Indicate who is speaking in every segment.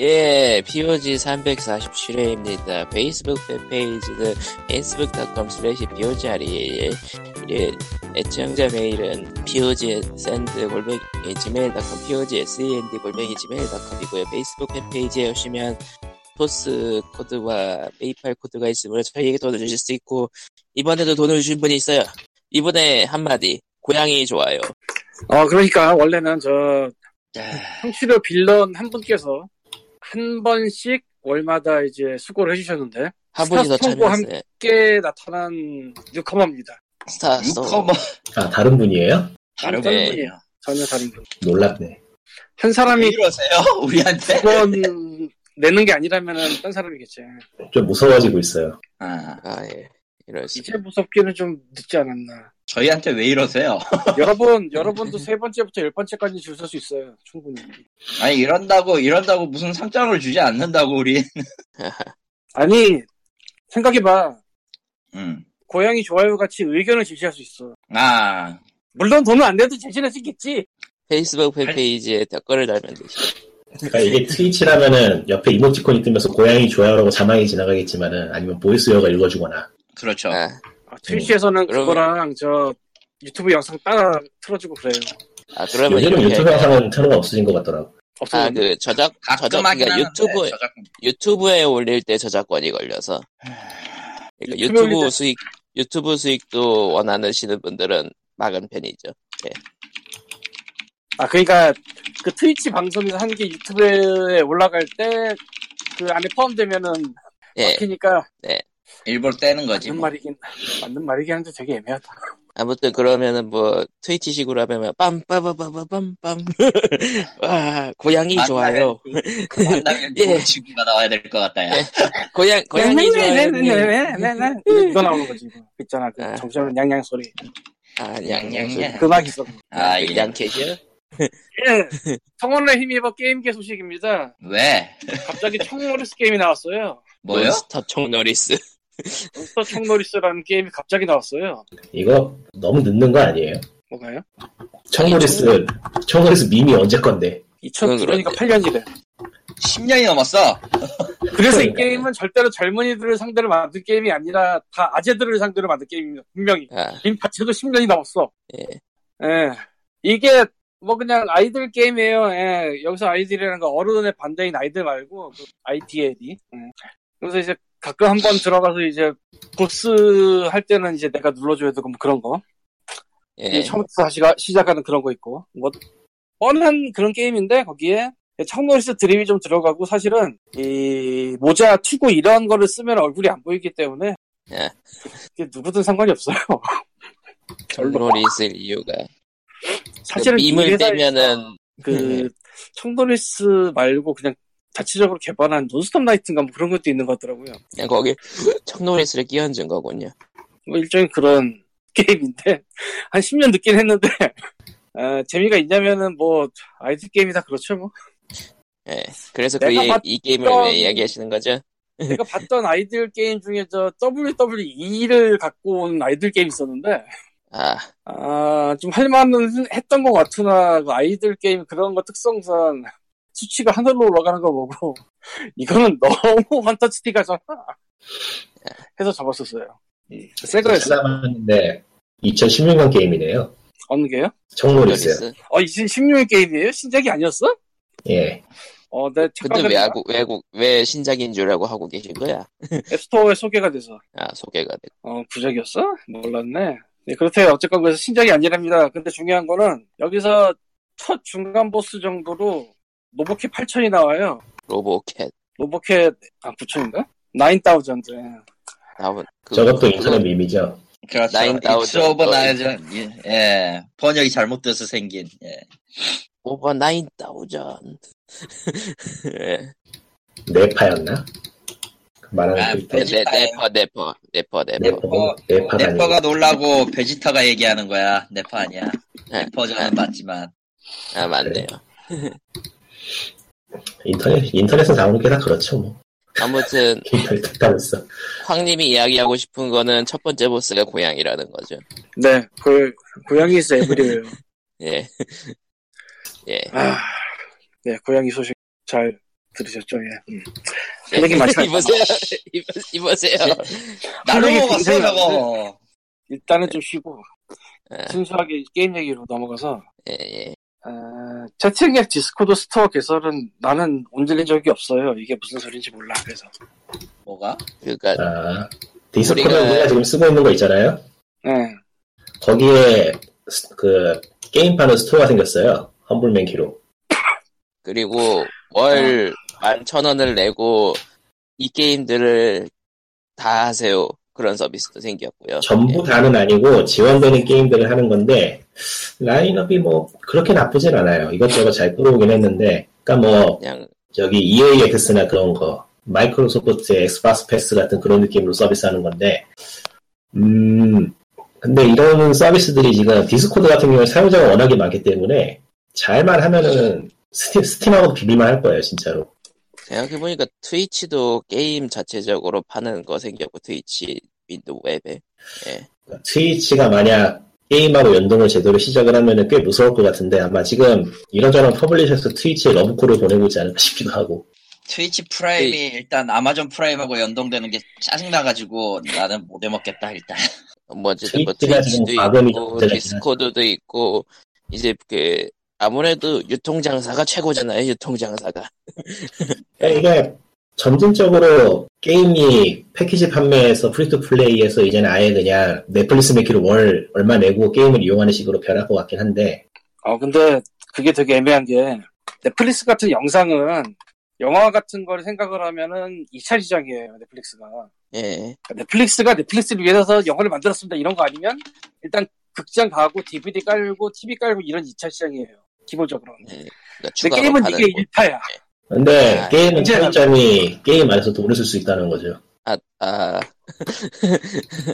Speaker 1: 예, POG 347회입니다. 페이스북 팬페이지는 facebook.com slash POGRE 예, 애청자 메일은 POGSend 골뱅이 gmail.com POGSEND E 골뱅이 gmail.com이고요. 페이스북 팬페이지에 오시면 토스 코드와 페이팔 코드가 있으므로 저희에게 돈을 주실 수 있고 이번에도 돈을 주신 분이 있어요. 이번에 한마디 고양이 좋아요.
Speaker 2: 어, 그러니까 원래는 저
Speaker 3: 네.
Speaker 1: 자,
Speaker 2: 청취료 빌런 한 분께서 한 번씩 월마다 이제 수고를 해주셨는데
Speaker 1: 한 분이서
Speaker 2: 스타 스톰과
Speaker 1: 참여했어요.
Speaker 2: 함께 나타난 뉴커머입니다.
Speaker 1: 스타 스톰.
Speaker 3: 유커머
Speaker 4: 아, 다른 분이에요?
Speaker 3: 다른
Speaker 1: 네.
Speaker 3: 분이에요
Speaker 2: 전혀 다른 분.
Speaker 4: 놀랍네.
Speaker 2: 한
Speaker 3: 왜
Speaker 2: 사람이
Speaker 3: 이러세요? 우리한테?
Speaker 2: 두번 내는 게 아니라면 딴 사람이겠지.
Speaker 4: 좀 무서워지고 있어요.
Speaker 3: 아,
Speaker 1: 아, 예. 이럴 수.
Speaker 2: 이제 무섭기는 좀 늦지 않았나.
Speaker 3: 저희한테 왜 이러세요?
Speaker 2: 여러분, 여러분도 세 번째부터 열 번째까지 줄 설 수 있어요. 충분히.
Speaker 3: 아니 이런다고 이런다고 무슨 상장을 주지 않는다고 우리.
Speaker 2: 아니, 생각해봐.
Speaker 3: 음.
Speaker 2: 고양이 좋아요 같이 의견을 제시할 수 있어.
Speaker 3: 아
Speaker 2: 물론 돈은 안 돼도 제시할 수 있겠지.
Speaker 1: 페이스북 팬페이지에 댓글을 달면 되죠.
Speaker 4: 그러니까 이게 트위치라면은 옆에 이모티콘이 뜨면서 고양이 좋아요라고 자막이 지나가겠지만은 아니면 보이스웨어가 읽어주거나
Speaker 3: 그렇죠.
Speaker 1: 아,
Speaker 2: 아, 트위치에서는
Speaker 1: 그러면-
Speaker 2: 그거랑 저 유튜브 영상 따라 틀어주고 그래요.
Speaker 1: 아 그러면
Speaker 4: 요즘은
Speaker 1: 이렇게
Speaker 4: 유튜브 영상은 틀어가 없어진 것 같더라고.
Speaker 2: 없어.
Speaker 1: 아 그 저작 저작
Speaker 3: 가끔 하긴
Speaker 1: 그러니까
Speaker 3: 하는데
Speaker 1: 유튜브
Speaker 3: 저작
Speaker 1: 유튜브에 올릴 때 저작권이 걸려서 그러니까
Speaker 2: 유튜브에
Speaker 1: 유튜브
Speaker 2: 올릴 때-
Speaker 1: 수익 유튜브 수익도 원하시는 분들은 막은 편이죠.
Speaker 2: 아, 그러니까 그 트위치 방송에서 한 게 유튜브에 올라갈 때 그 안에 포함되면은 아,
Speaker 1: 예 음.
Speaker 2: 막히니까
Speaker 3: 일부러 떼는 거지.
Speaker 2: 맞는
Speaker 3: 뭐.
Speaker 2: 말이긴 맞는 말이긴 한데 되게 애매하다.
Speaker 1: 아무튼 그러면은 뭐 트위치식으로 하면 빰빰빰빰빰빰 와 고양이
Speaker 3: 만나면
Speaker 1: 좋아요
Speaker 3: 그 만나면
Speaker 1: 예.
Speaker 3: 좋은 친구가 나와야 될 것 같다. 야.
Speaker 1: 예. 고양
Speaker 2: 네,
Speaker 1: 고양이 좋아요
Speaker 2: 네네네네네네 이거 나오는 거지 이거 있잖아 그
Speaker 1: 아.
Speaker 2: 정신없는 냥냥 소리
Speaker 1: 아 양양양
Speaker 3: 양양양.
Speaker 2: 그 음악 있어.
Speaker 3: 아, 예.
Speaker 1: 양캐죠
Speaker 2: 예, 청원을 힘입어 게임계 소식입니다.
Speaker 3: 왜?
Speaker 2: 갑자기 청노리스 게임이 나왔어요.
Speaker 3: 뭐요?
Speaker 1: 스터 총너리스
Speaker 2: 몬스터 청노리스라는 게임이 갑자기 나왔어요.
Speaker 4: 이거 너무 늦는 거 아니에요?
Speaker 2: 뭐가요?
Speaker 1: 네,
Speaker 4: 청노리스 청노리스 밈이 언제 건데?
Speaker 2: 2000
Speaker 1: 그건
Speaker 2: 그러니까 8년이래.
Speaker 3: 10년이 넘었어.
Speaker 2: 그래서 이
Speaker 4: 그러니까요.
Speaker 2: 게임은 절대로 젊은이들을 상대로 만든 게임이 아니라 다 아재들을 상대로 만든 게임입니다. 분명히.
Speaker 1: 아
Speaker 2: 게임 자체도 10년이 넘었어.
Speaker 1: 예.
Speaker 2: 예. 이게 뭐 그냥 아이들 게임이에요. 예. 여기서 아이들이라는 건 어른의 반대인 아이들 말고 그 ITL이. 예. 그래서 이제 가끔 한 번 들어가서 이제 보스 할 때는 이제 내가 눌러줘야 되고 뭐 그런 거.
Speaker 1: 예.
Speaker 2: 처음부터 다시 가- 시작하는 그런 거 있고 뭐 뻔한 그런 게임인데 거기에 청노리스 드립이 좀 들어가고 사실은 이 모자 투구 이런 거를 쓰면 얼굴이 안 보이기 때문에
Speaker 1: 예. 그
Speaker 2: 이게 누구든 상관이 없어요. 별로.
Speaker 1: 총노리스일 이유가
Speaker 2: 사실은
Speaker 1: 그
Speaker 2: 이
Speaker 1: 밈을
Speaker 2: 회사에서
Speaker 1: 빼면은 예.
Speaker 2: 그 청노리스 말고 그냥 자체적으로 개발한 논스톱 나이트인가 뭐 그런 것도 있는 것 같더라고요.
Speaker 1: 그냥 거기 청노리스를 끼얹은 거군요
Speaker 2: 뭐 일종의 그런 게임인데 한 10년 늦긴 했는데 어, 재미가 있냐면은 뭐 아이들 게임이다 그렇죠 뭐.
Speaker 1: 예. 그래서
Speaker 2: 내가
Speaker 1: 그이
Speaker 2: 봤던-
Speaker 1: 이 게임을 왜 이야기하시는 거죠?
Speaker 2: 내가 봤던 아이들 게임 중에 저 WWE를 갖고 온 아이들 게임 있었는데
Speaker 1: 아,
Speaker 2: 아, 좀 할만은 했던 것 같으나 그 아이들 게임 그런 거 특성상 수치가 하늘로 올라가는 거 보고 이거는 너무 환타스틱하잖아 해서 접었었어요 세가에서
Speaker 4: 찾아봤는데 2016년 게임이네요.
Speaker 2: 어느 게요?
Speaker 4: 청노리스.
Speaker 1: 노리스.
Speaker 2: 어 2016년 게임이에요? 신작이 아니었어?
Speaker 4: 예.
Speaker 2: 어, 내
Speaker 1: 근데 왜
Speaker 2: 착각했나?
Speaker 1: 하고 외국 왜 신작인 줄라고 하고 계신 거야?
Speaker 2: 앱스토어에 소개가 돼서
Speaker 1: 아 소개가 돼.
Speaker 2: 어, 부작이었어? 몰랐네. 네, 그렇대요. 어쨌건 그래서 신작이 아니랍니다. 근데 중요한 거는 여기서 첫 중간 보스 정도로 로보켓 8000이 나와요.
Speaker 1: 로보캣
Speaker 2: 로보켓, 아, 9000인가? 9000.
Speaker 1: 나온 그,
Speaker 4: 저것도
Speaker 1: 그거-
Speaker 4: 인터넷 밈이죠.
Speaker 3: 그렇죠.
Speaker 1: 나인 다운
Speaker 3: It's over
Speaker 1: 정도.
Speaker 3: now. 예. 예. 번역이 잘못돼서 생긴. 예.
Speaker 1: 오버 나인 다우전. 예.
Speaker 4: 네파였나? 그 말하는
Speaker 3: 아,
Speaker 4: 그 있다.
Speaker 1: 네,
Speaker 3: 뭐지?
Speaker 1: 네, 네퍼 네퍼 네퍼 네퍼.
Speaker 4: 네퍼. 네파가 아니고.
Speaker 3: 어, 네퍼가 놀라고 베지터가 얘기하는 거야. 네퍼 아니야.
Speaker 1: 네.
Speaker 3: 네퍼잖아 맞지만.
Speaker 1: 아 맞네요.
Speaker 4: 인터넷 인터넷은 나오는 게 다 그렇죠 뭐.
Speaker 1: 아무튼
Speaker 4: 인터넷 특단했어.
Speaker 1: 황님이 이야기하고 싶은 거는 첫 번째 보스가 고양이라는 거죠.
Speaker 2: 네, 그, 고양이 있어, 에브리웨요.
Speaker 1: 예. 예.
Speaker 2: 아, 네, 고양이 소식 잘 들으셨죠? 예. 음. 할 얘기 많지 않
Speaker 1: 입으세요. 입- 입으세요.
Speaker 3: 나로
Speaker 2: 이게
Speaker 3: 먹었어
Speaker 2: 굉장히
Speaker 3: 저거.
Speaker 2: 일단은 좀 쉬고 네.
Speaker 1: 예.
Speaker 2: 순수하게 게임 얘기로 넘어가서
Speaker 4: 네.
Speaker 1: 예, 예.
Speaker 2: 어, 채팅앱 디스코드 스토어 개설은 나는 온들린 적이 없어요. 이게 무슨 소리인지 몰라. 그래서
Speaker 3: 뭐가?
Speaker 1: 그러니까
Speaker 4: 아, 디스코드 우리가...
Speaker 1: 우리가-
Speaker 4: 지금 쓰고 있는 거 있잖아요.
Speaker 2: 예.
Speaker 4: 거기에 스- 그 게임 파는 스토어가 생겼어요. 험블맨 키로.
Speaker 1: 그리고 월 11,000원을 내고 이 게임들을 다 하세요. 그런 서비스도 생겼고요. 예.
Speaker 4: 전부 다는 아니고 지원되는 게임들을 하는 건데 라인업이 뭐 그렇게 나쁘진 않아요. 이것저것 잘 끌어오긴 했는데, 그러니까 뭐
Speaker 1: 그냥
Speaker 4: 저기 EAX나 그런 거, 마이크로소프트의 엑스박스 패스 같은 그런 느낌으로 서비스하는 건데, 음, 근데 이런 서비스들이 지금 디스코드 같은 경우에 사용자가 워낙에 많기 때문에 잘만 하면은 스팀, 스팀하고 비빌만 할 거예요, 진짜로.
Speaker 1: 생각해보니까 트위치도 게임 자체적으로 파는 거 생겼고 트위치 윈도우 웹에
Speaker 4: 그러니까 트위치가 만약 게임하고 연동을 제대로 시작을 하면은 꽤 무서울 것 같은데 아마 지금 이런저런 퍼블리셔에서 트위치에 러브콜을 보내고 있지 않을까 싶기도 하고.
Speaker 3: 트위치 프라임이 일단 아마존 프라임하고 연동되는 게 짜증나가지고 나는 못 해먹겠다 일단.
Speaker 1: 뭐 어쨌든 뭐
Speaker 4: 트위치가
Speaker 1: 트위치도
Speaker 4: 지금 과금이 좀
Speaker 1: 있고
Speaker 4: 문제가 있긴
Speaker 1: 디스코드도 있고 이제 그 아무래도 유통장사가 최고잖아요 유통장사가
Speaker 4: 그러니까 이게 점진적으로 게임이 패키지 판매에서 프리투 플레이에서 이제는 아예 그냥 넷플릭스 매키로 월 얼마 내고 게임을 이용하는 식으로 변할 것 같긴 한데
Speaker 2: 어 근데 그게 되게 애매한 게 넷플릭스 같은 영상은 영화 같은 걸 생각을 하면은 2차 시장이에요 넷플릭스가
Speaker 1: 예
Speaker 2: 그러니까 넷플릭스가 넷플릭스를 위해서 영화를 만들었습니다 이런 거 아니면 일단 극장 가고 DVD 깔고 TV 깔고 이런 2차 시장이에요 기본적으로
Speaker 1: 그러니까
Speaker 2: 근데
Speaker 1: 추가로
Speaker 2: 게임은
Speaker 1: 파는
Speaker 2: 이게
Speaker 1: 곳.
Speaker 2: 1파야
Speaker 4: 근데
Speaker 1: 아,
Speaker 4: 게임은
Speaker 2: 이제-
Speaker 4: 차이점이 게임 안에서 돈을 쓸 수 있다는 거죠.
Speaker 1: 아, 아,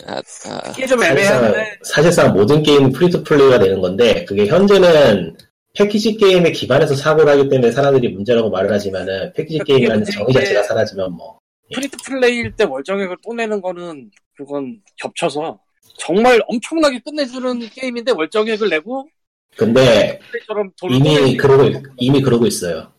Speaker 1: 아, 아,
Speaker 2: 이게 좀
Speaker 4: 사실상,
Speaker 2: 애매한데
Speaker 4: 사실상 모든 게임이 프리투 플레이가 되는 건데 그게 현재는 패키지 게임에 기반해서 사고를 하기 때문에 사람들이 문제라고 말을 하지만은 패키지
Speaker 2: 그게
Speaker 4: 게임이라는
Speaker 2: 문제인
Speaker 4: 정의
Speaker 2: 게-
Speaker 4: 자체가 사라지면 뭐
Speaker 2: 프리트 플레이일 때 월정액을 또 내는 거는 그건 겹쳐서 정말 엄청나게 끝내주는 게임인데 월정액을 내고
Speaker 4: 근데
Speaker 2: 플레이처럼 돈을 꺼내는
Speaker 4: 이미 그러고
Speaker 2: 게
Speaker 4: 이미 그러고 있어요.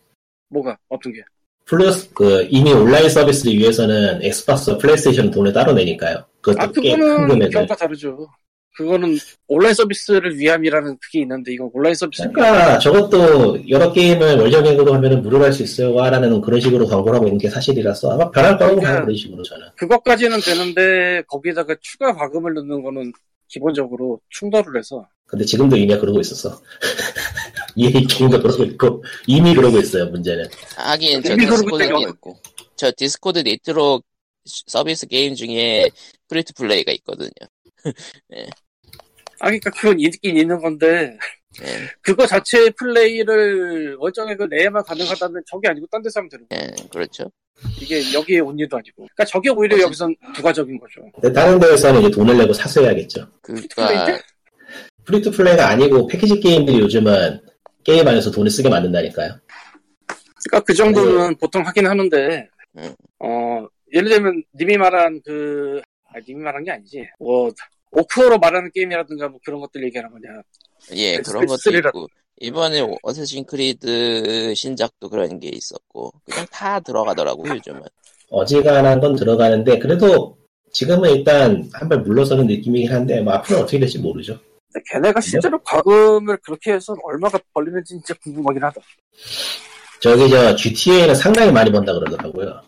Speaker 2: 뭐가 어떤 게
Speaker 4: 플러스 그 이미 온라인 서비스를 위해서는 엑스박스 플레이스테이션 돈을 따로 내니까요.
Speaker 2: 아
Speaker 4: 그것도 꽤 큰
Speaker 2: 그거는
Speaker 4: 금액을.
Speaker 2: 경우가 다르죠. 그거는 온라인 서비스를 위함이라는 그게 있는데 이건 온라인 서비스.
Speaker 4: 그러니까 저것도 여러 게임을 월정액으로 하면은 무료할 수 있어요. 와라는 그런 식으로 광고를 하고 있는 게 사실이라서 아마 변할 거라고
Speaker 2: 그러니까-
Speaker 4: 봐요. 그런 식으로 저는.
Speaker 2: 그것까지는 되는데 거기에다가 추가 과금을 넣는 거는 기본적으로 충돌을 해서
Speaker 4: 근데 지금도 이미 그러고 있었어. 이미 게임도 그러고 있고 이미 그러고 있어요. 문제는.
Speaker 1: 하긴 저
Speaker 2: 이미 그러고
Speaker 1: 디스코드,
Speaker 2: 있다,
Speaker 1: 게- 저 디스코드 니트로 시- 서비스 게임 중에 프리트 플레이가 있거든요.
Speaker 2: 아 그러니까 그건 있긴 있는 건데
Speaker 1: 예,
Speaker 2: 그거 자체의 플레이를 월정액을 내야만 가능하다면 저게 아니고 딴 데서 하면 되는 거야.
Speaker 1: 예, 그렇죠.
Speaker 2: 이게 여기에 온 일도 아니고. 그러니까 저게 오히려
Speaker 1: 어쨌든-
Speaker 2: 여기선 부가적인 거죠.
Speaker 4: 근데 다른 데에서는 이제 돈을 내고 사서 해야겠죠.
Speaker 1: 그러니까
Speaker 4: 프리투 플레이가 아니고 패키지 게임들이 요즘은 게임 안에서 돈을 쓰게 만든다니까요.
Speaker 2: 그러니까 그 정도는 보통 하긴 하는데,
Speaker 1: 음.
Speaker 2: 어, 예를 들면, 님이 말한 그, 아, 님이 말한 게 아니지. 뭐, 오크어로 말하는 게임이라든가 뭐 그런 것들 얘기하는 거냐.
Speaker 1: 예
Speaker 2: 그
Speaker 1: 그런 것도
Speaker 2: 스릴러.
Speaker 1: 있고 이번에 어쌔신 크리드 신작도 그런 게 있었고 그냥 다 들어가더라고 요 요즘은.
Speaker 4: 어지간한 건 들어가는데 그래도 지금은 일단 한 발 물러서는 느낌이긴 한데 뭐 앞으로 어떻게 될지 모르죠.
Speaker 2: 근데 걔네가 실제로 과금을 그렇게 해서 얼마가 벌리는지 진짜 궁금하긴 하다.
Speaker 4: 저기 저 GTA는 상당히 많이 번다 그러더라고요.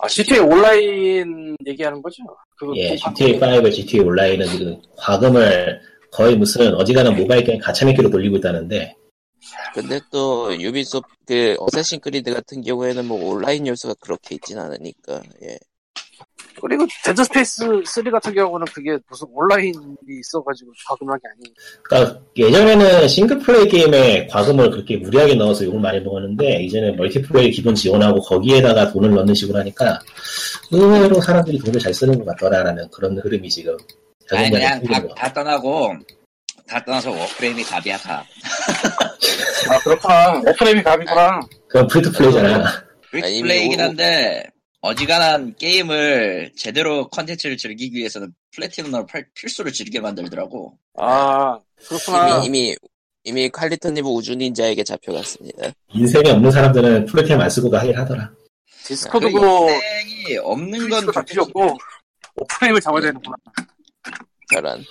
Speaker 2: 아, GTA 온라인 얘기하는 거죠? 그거
Speaker 4: 예,
Speaker 2: 좀
Speaker 4: GTA 5, GTA 온라인은 지금 과금을 거의 무슨 어지간한 모바일 게임 가차매기로 돌리고 있다는데
Speaker 1: 근데 또 유비소프트 그 어쌔신 크리드 같은 경우에는 뭐 온라인 요소가 그렇게 있진 않으니까 예.
Speaker 2: 그리고 데드 스페이스 3 같은 경우는 그게 무슨 온라인이 있어가지고 과금한 게 아니에요.
Speaker 4: 그러니까 예전에는 싱글플레이 게임에 과금을 그렇게 무리하게 넣어서 욕을 많이 먹었는데 이제는 멀티플레이 기본 지원하고 거기에다가 돈을 넣는 식으로 하니까 의외로 사람들이 돈을 잘 쓰는 것 같더라라는 그런 흐름이 지금
Speaker 3: 아니
Speaker 4: 자기만의
Speaker 3: 그냥
Speaker 4: 흐름인
Speaker 3: 다,
Speaker 4: 것 같아요.
Speaker 3: 다 떠나고 다 떠나서 워프레임이 갑이야 갑.
Speaker 2: 아, 그렇구나. 오프레임이 갑이구나.
Speaker 4: 그건 프리투플레이잖아.
Speaker 1: 아니면
Speaker 3: 프리플레이긴
Speaker 1: 오-
Speaker 3: 한데 어지간한 게임을 제대로 컨텐츠를 즐기기 위해서는 플래티넘을 팔- 필수로 즐기게 만들더라고.
Speaker 2: 아, 그렇구나.
Speaker 1: 이미 이미 이미 칼리토니브 우주닌자에게 잡혀갔습니다.
Speaker 4: 인생에 없는 사람들은 플랫템 안 쓰고도 하긴 하더라.
Speaker 2: 디스코드
Speaker 3: 그
Speaker 2: 고
Speaker 3: 인생이 없는 건
Speaker 2: 다 어, 필요없고 오프레임을 잡아야 되는구나.
Speaker 1: 저런.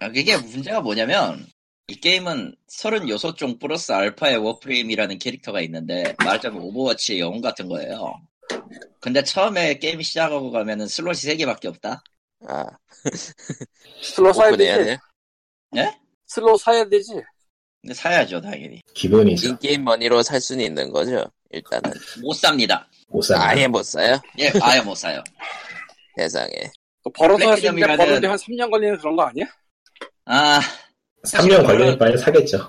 Speaker 3: 아, 그게 문제가 뭐냐면 이 게임은 36종 플러스 알파의 워프레임이라는 캐릭터가 있는데 말하자면 오버워치의 영웅 같은 거예요. 근데 처음에 게임 시작하고 가면은 슬롯이 3개밖에 없다.
Speaker 1: 아,
Speaker 2: 슬로 사야
Speaker 1: 오픈해야
Speaker 2: 되지.
Speaker 1: 돼.
Speaker 2: 슬로 사야 되지.
Speaker 3: 근데 사야죠 당연히.
Speaker 4: 기본이죠.
Speaker 1: 인게임 머니로 살 수는 있는 거죠. 일단은.
Speaker 3: 못 삽니다.
Speaker 4: 못 사.
Speaker 1: 아예 못 사요.
Speaker 3: 예, 아예 못 사요.
Speaker 1: 세상에.
Speaker 2: 그 벌어서 할수 있는데
Speaker 3: 플래티넘이라는-
Speaker 2: 벌는데 한 3년 걸리는 그런 거 아니야?
Speaker 3: 아,
Speaker 4: 3년 걸릴
Speaker 3: 그거는-
Speaker 4: 바에 사겠죠.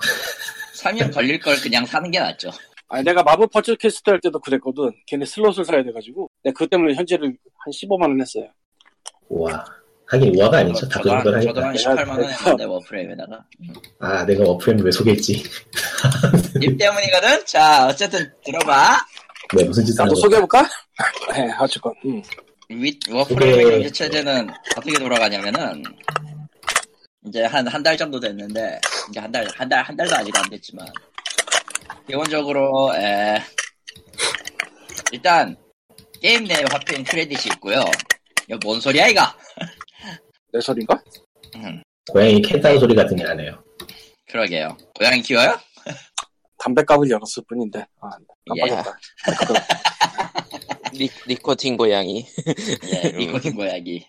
Speaker 3: 3년 걸릴 걸 그냥 사는 게 낫죠.
Speaker 2: 아니 내가 마블 퍼즐 퀘스트 할 때도 그랬거든. 걔네 슬롯을 사야 돼가지고 내가 그것 때문에 현질을 한 15만 원 했어요.
Speaker 4: 우와. 뭐 하긴 우화가 아니죠. 다
Speaker 3: 저도 한,
Speaker 4: 그런 걸
Speaker 3: 저도
Speaker 4: 하니까.
Speaker 3: 한 18만 원 했는데 워프레임에다가.
Speaker 4: 아, 내가 어프레임 왜 소개했지?
Speaker 3: 님 때문이거든? 자, 어쨌든 들어봐.
Speaker 4: 네, 무슨 짓을
Speaker 2: 나도
Speaker 4: 하고.
Speaker 2: 소개해볼까? 네, 어쨌건. 음.
Speaker 3: 윗 워프레임
Speaker 4: 그게-
Speaker 3: 경제체제는 어떻게 돌아가냐면은 이제 한 한 달 정도 됐는데 이제 한 달 한 달 한 달도 아직 안 됐지만 기본적으로 에, 일단 게임 내 화폐인 크레딧이 있고요. 이거 뭔 소리야 이거?
Speaker 2: 내 소린가?
Speaker 3: 음,
Speaker 4: 고양이 캔다운 소리 같은 게 안 해요.
Speaker 3: 그러게요. 고양이 키워요?
Speaker 2: 담배값을 열었을 뿐인데. 아, 깜빡했다.
Speaker 1: 리, 리코틴 고양이.
Speaker 3: 예, 니코틴 고양이.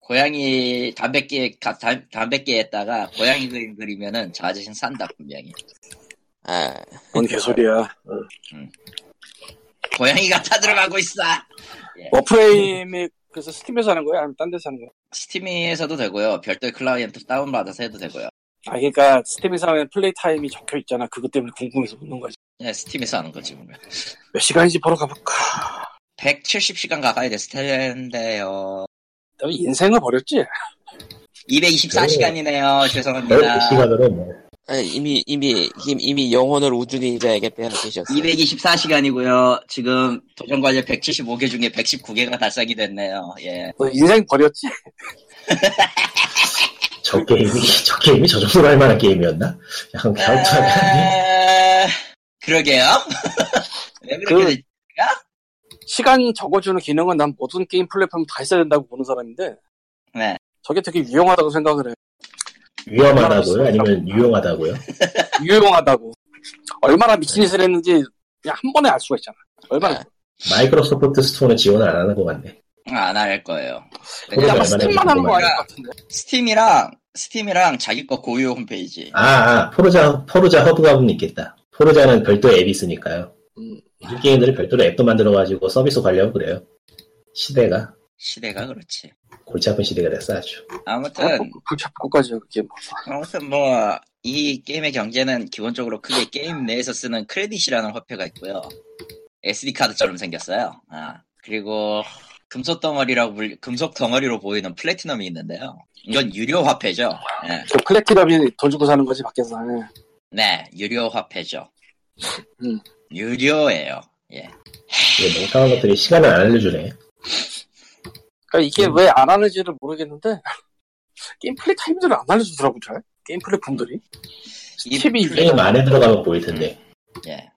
Speaker 3: 고양이 담배끼 가- 담- 담배끼에다가 고양이 그림 그리면은 저 아저씨는 산다 분명히.
Speaker 1: 아,
Speaker 2: 뭔 개소리야.
Speaker 3: 고양이가 다 들어가고 있어.
Speaker 2: 워프레임이 그래서 스팀에서 하는 거야? 아니면 딴 데서 하는 거야?
Speaker 3: 스팀에서도 되고요. 별도의 클라이언트 다운받아서 해도 되고요.
Speaker 2: 아, 그러니까 스팀에서 하면 플레이 타임이 적혀 있잖아. 그것 때문에 궁금해서 묻는 거지.
Speaker 3: 예, 스팀에서 하는 거지, 보면.
Speaker 2: 몇 시간인지 보러 가볼까?
Speaker 3: 170시간 가까이 됐을 텐데요.
Speaker 2: 너 어, 인생을 버렸지?
Speaker 3: 224시간이네요.
Speaker 2: 아.
Speaker 3: 죄송합니다.
Speaker 4: 10시간으로 뭐.
Speaker 1: 아, 이미, 이미, 이미, 이미 영혼을 우주닌자에게 빼앗기셨어요.
Speaker 3: 224시간이고요. 지금 도전 관료 175개 중에 119개가 달성이 됐네요. 예.
Speaker 2: 너 어, 인생 버렸지?
Speaker 4: 저 게임이, 저 게임이 저 정도로 할 만한 게임이었나? 약간
Speaker 2: 아.
Speaker 4: 갸우뚱하네.
Speaker 3: 에... 그러게요. 왜 그렇게
Speaker 2: 그-
Speaker 3: 됐-
Speaker 2: 시간 적어주는 기능은 난 모든 게임 플랫폼 다 있어야 된다고 보는 사람인데
Speaker 3: 네.
Speaker 2: 저게 되게 유용하다고 생각을 해
Speaker 4: 위험하다고요? 아니면 유용하다고요?
Speaker 2: 유용하다고 얼마나 미친 짓을 했는지 그냥 한 번에 알 수가 있잖아 얼마나
Speaker 1: 아,
Speaker 4: 마이크로소프트 스토어는 지원을 안 하는 것 같네.
Speaker 3: 아, 안 할 거예요.
Speaker 2: 근데 아마
Speaker 4: 얼마나
Speaker 2: 스팀만 하는 거 아닐 것 같은데
Speaker 3: 스팀이랑, 스팀이랑 자기 거 고유 홈페이지.
Speaker 4: 아, 아, 포르자, 포르자 허브 가면 있겠다. 포르자는 별도의 앱이 있으니까요.
Speaker 2: 음.
Speaker 4: 이 게임들이 별도로 앱도 만들어가지고 서비스 관리하고 그래요. 시대가,
Speaker 3: 시대가 그렇지.
Speaker 4: 골치 아픈 시대가 됐어, 아주.
Speaker 2: 아,
Speaker 3: 아무튼,
Speaker 2: 그 잡고까지 그게 뭐.
Speaker 3: 아무튼 뭐 이 게임의 경제는 기본적으로 크게 게임 내에서 쓰는 크레딧이라는 화폐가 있고요. SD 카드처럼 생겼어요. 아 그리고 금속 덩어리라고 불- 금속 덩어리로 보이는 플래티넘이 있는데요. 이건 유료 화폐죠. 예.
Speaker 2: 저 플래티넘이 돈 주고 사는 거지 밖에서 예.
Speaker 3: 네, 유료 화폐죠.
Speaker 2: 음.
Speaker 3: 유료예요. 예.
Speaker 4: 이게 멍청한 것들이 시간을 안 알려주네.
Speaker 2: 그러니까 이게 왜 안 하는지를 모르겠는데 게임 플랫타임들을 안 알려주더라고 잘 게임 플랫폼들이
Speaker 3: 이
Speaker 2: 팁이
Speaker 3: 플랫-
Speaker 4: 게임 안에 들어가면 보일 텐데.
Speaker 3: 예.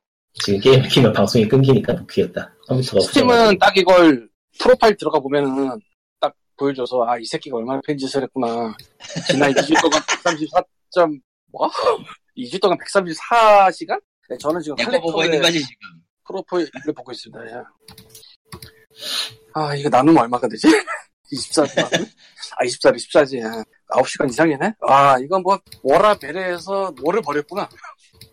Speaker 4: 지금 게임을 키면 방송이 끊기니까 못 키겠다. 컴퓨터가 없어가지고.
Speaker 2: 스팀은 딱 이걸 프로파일 들어가 보면은 딱 보여줘서 아 이 새끼가 얼마나 팬짓을 했구나 지난 2주 동안 134. 점 뭐? 2주 동안 134시간? 네, 저는 지금
Speaker 3: 내거 보고 있는
Speaker 2: 칼렉터의
Speaker 3: 거지 지금.
Speaker 2: 프로파일을 보고 있습니다. 예. 아 이거 나누면 얼마가 되지? 24시간? 아 24, 24지. 9시간 이상이네? 아 이건 뭐 워라 베레에서 노를 버렸구나.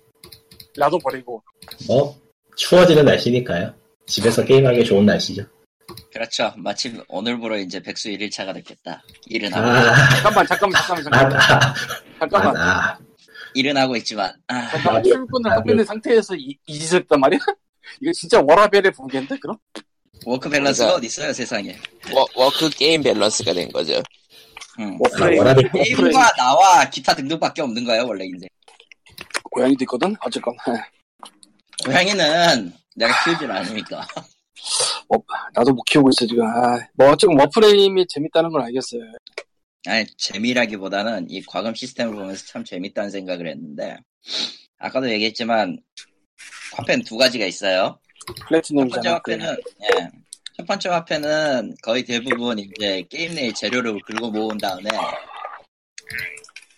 Speaker 2: 나도 버리고
Speaker 4: 뭐, 추워지는 날씨니까요. 집에서 게임하기 좋은 날씨죠.
Speaker 3: 그렇죠. 마침 오늘부로 이제 백수 1일차가 됐겠다. 일은
Speaker 4: 아,
Speaker 3: 하고
Speaker 2: 잠깐만 잠깐만 잠깐만
Speaker 4: 아,
Speaker 2: 잠깐만
Speaker 4: 아, 아,
Speaker 2: 잠깐만
Speaker 4: 아.
Speaker 3: 일은 하고 있지만 아,
Speaker 2: 잠깐만 출근을 하고 있는 상태에서 이, 이 짓을 했단 말이야? 이거 진짜 워라벨의 붕괴인데 그럼?
Speaker 3: 워크 밸런스가
Speaker 1: 그러니까-
Speaker 3: 어디 있어요 세상에.
Speaker 1: 워, 워크 게임 밸런스가 된 거죠.
Speaker 3: 음.
Speaker 2: 네.
Speaker 4: 아, 워라벨.
Speaker 3: 게임과 나와 기타 등등밖에 없는 거예요 원래 인생
Speaker 2: 고양이도 있거든? 어쨌건 예.
Speaker 3: 고양이는 내가 키우질 않으니까
Speaker 2: 나도 못 키우고 있어 지금 아, 뭐 어쨌건 워프레임이 재밌다는 걸 알겠어요
Speaker 3: 아니 재미라기보다는 이 과금 시스템을 보면서 참 재밌다는 생각을 했는데 아까도 얘기했지만 화폐는 두 가지가 있어요. 첫
Speaker 2: 플래티넘
Speaker 3: 번째 화폐는 예, 첫 번째 화폐는 거의 대부분 이제 게임 내의 재료를 긁어 모은 다음에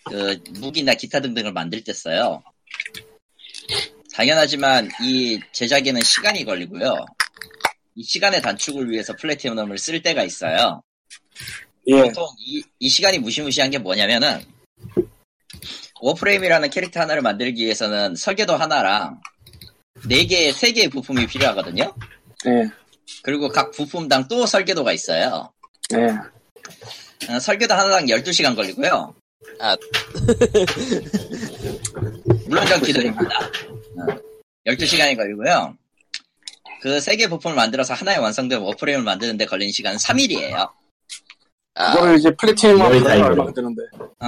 Speaker 3: 그 무기나 기타 등등을 만들 때 써요. 당연하지만 이 제작에는 시간이 걸리고요. 이 시간의 단축을 위해서 플래티넘을 쓸 때가 있어요.
Speaker 2: 예.
Speaker 3: 보통 이, 이 시간이 무시무시한 게 뭐냐면은 워프레임이라는 캐릭터 하나를 만들기 위해서는 설계도 하나랑 네 개의 세 개의 부품이 필요하거든요.
Speaker 2: 예.
Speaker 3: 그리고 각 부품당 또 설계도가 있어요.
Speaker 2: 예.
Speaker 3: 어, 설계도 하나당 12시간 걸리고요.
Speaker 1: 아.
Speaker 3: 물론 전 기다립니다. 어, 12시간이 걸리고요. 그 세 개 부품을 만들어서 하나의 완성된 워프레임을 만드는데 걸린 시간은 3일이에요.
Speaker 1: 아,
Speaker 2: 그거를 이제 플래티넘으로
Speaker 4: 거의 다
Speaker 2: 얼마
Speaker 4: 이거예요.
Speaker 2: 가 되는데?
Speaker 3: 어,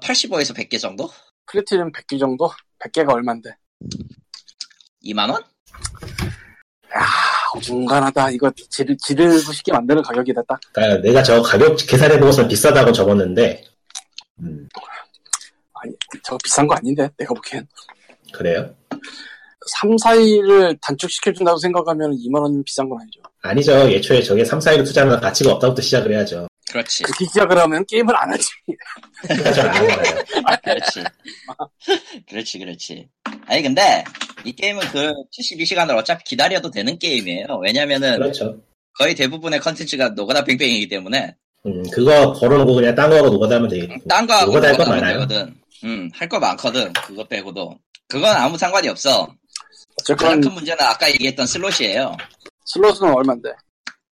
Speaker 3: 85에서 100개 정도?
Speaker 2: 플래티넘 100개 정도? 100개가 얼만데?
Speaker 3: 2만원?
Speaker 2: 아, 중간하다. 이거 지를, 지를 쉽게 만드는 가격이다, 딱.
Speaker 4: 그러니까 내가 저 가격 계산해보고서 비싸다고 적었는데 음,
Speaker 2: 저거 비싼 거 아닌데? 내가 보기엔.
Speaker 4: 그래요?
Speaker 2: 3, 4일을 단축시켜준다고 생각하면 2만원 비싼 건 아니죠.
Speaker 4: 아니죠. 애초에 저게 3, 4일을 투자하면 가치가 없다부터 시작을 해야죠.
Speaker 3: 그렇지.
Speaker 2: 그렇게 시작을 하면 게임을 안 하지.
Speaker 4: 투자 잘안 하나요?
Speaker 3: 그렇지. 그렇지, 그렇지. 아니, 근데, 이 게임은 그 72시간을 어차피 기다려도 되는 게임이에요. 왜냐면은
Speaker 4: 그렇죠.
Speaker 3: 거의 대부분의 컨텐츠가 노가다 뱅뱅이기 때문에,
Speaker 4: 음, 그거 걸어놓고 그냥 딴 거하고 노가다 하면 되겠고.
Speaker 3: 딴 거 하고
Speaker 4: 노가다 할거
Speaker 3: 노가다 하면
Speaker 4: 많아요.
Speaker 3: 되거든. 음, 할 거 많거든. 그거 빼고도. 그건 아무 상관이 없어. 가장
Speaker 4: 음.
Speaker 2: 어쨌건
Speaker 3: 큰 문제는 아까 얘기했던 슬롯이에요.
Speaker 2: 슬롯은 얼만데?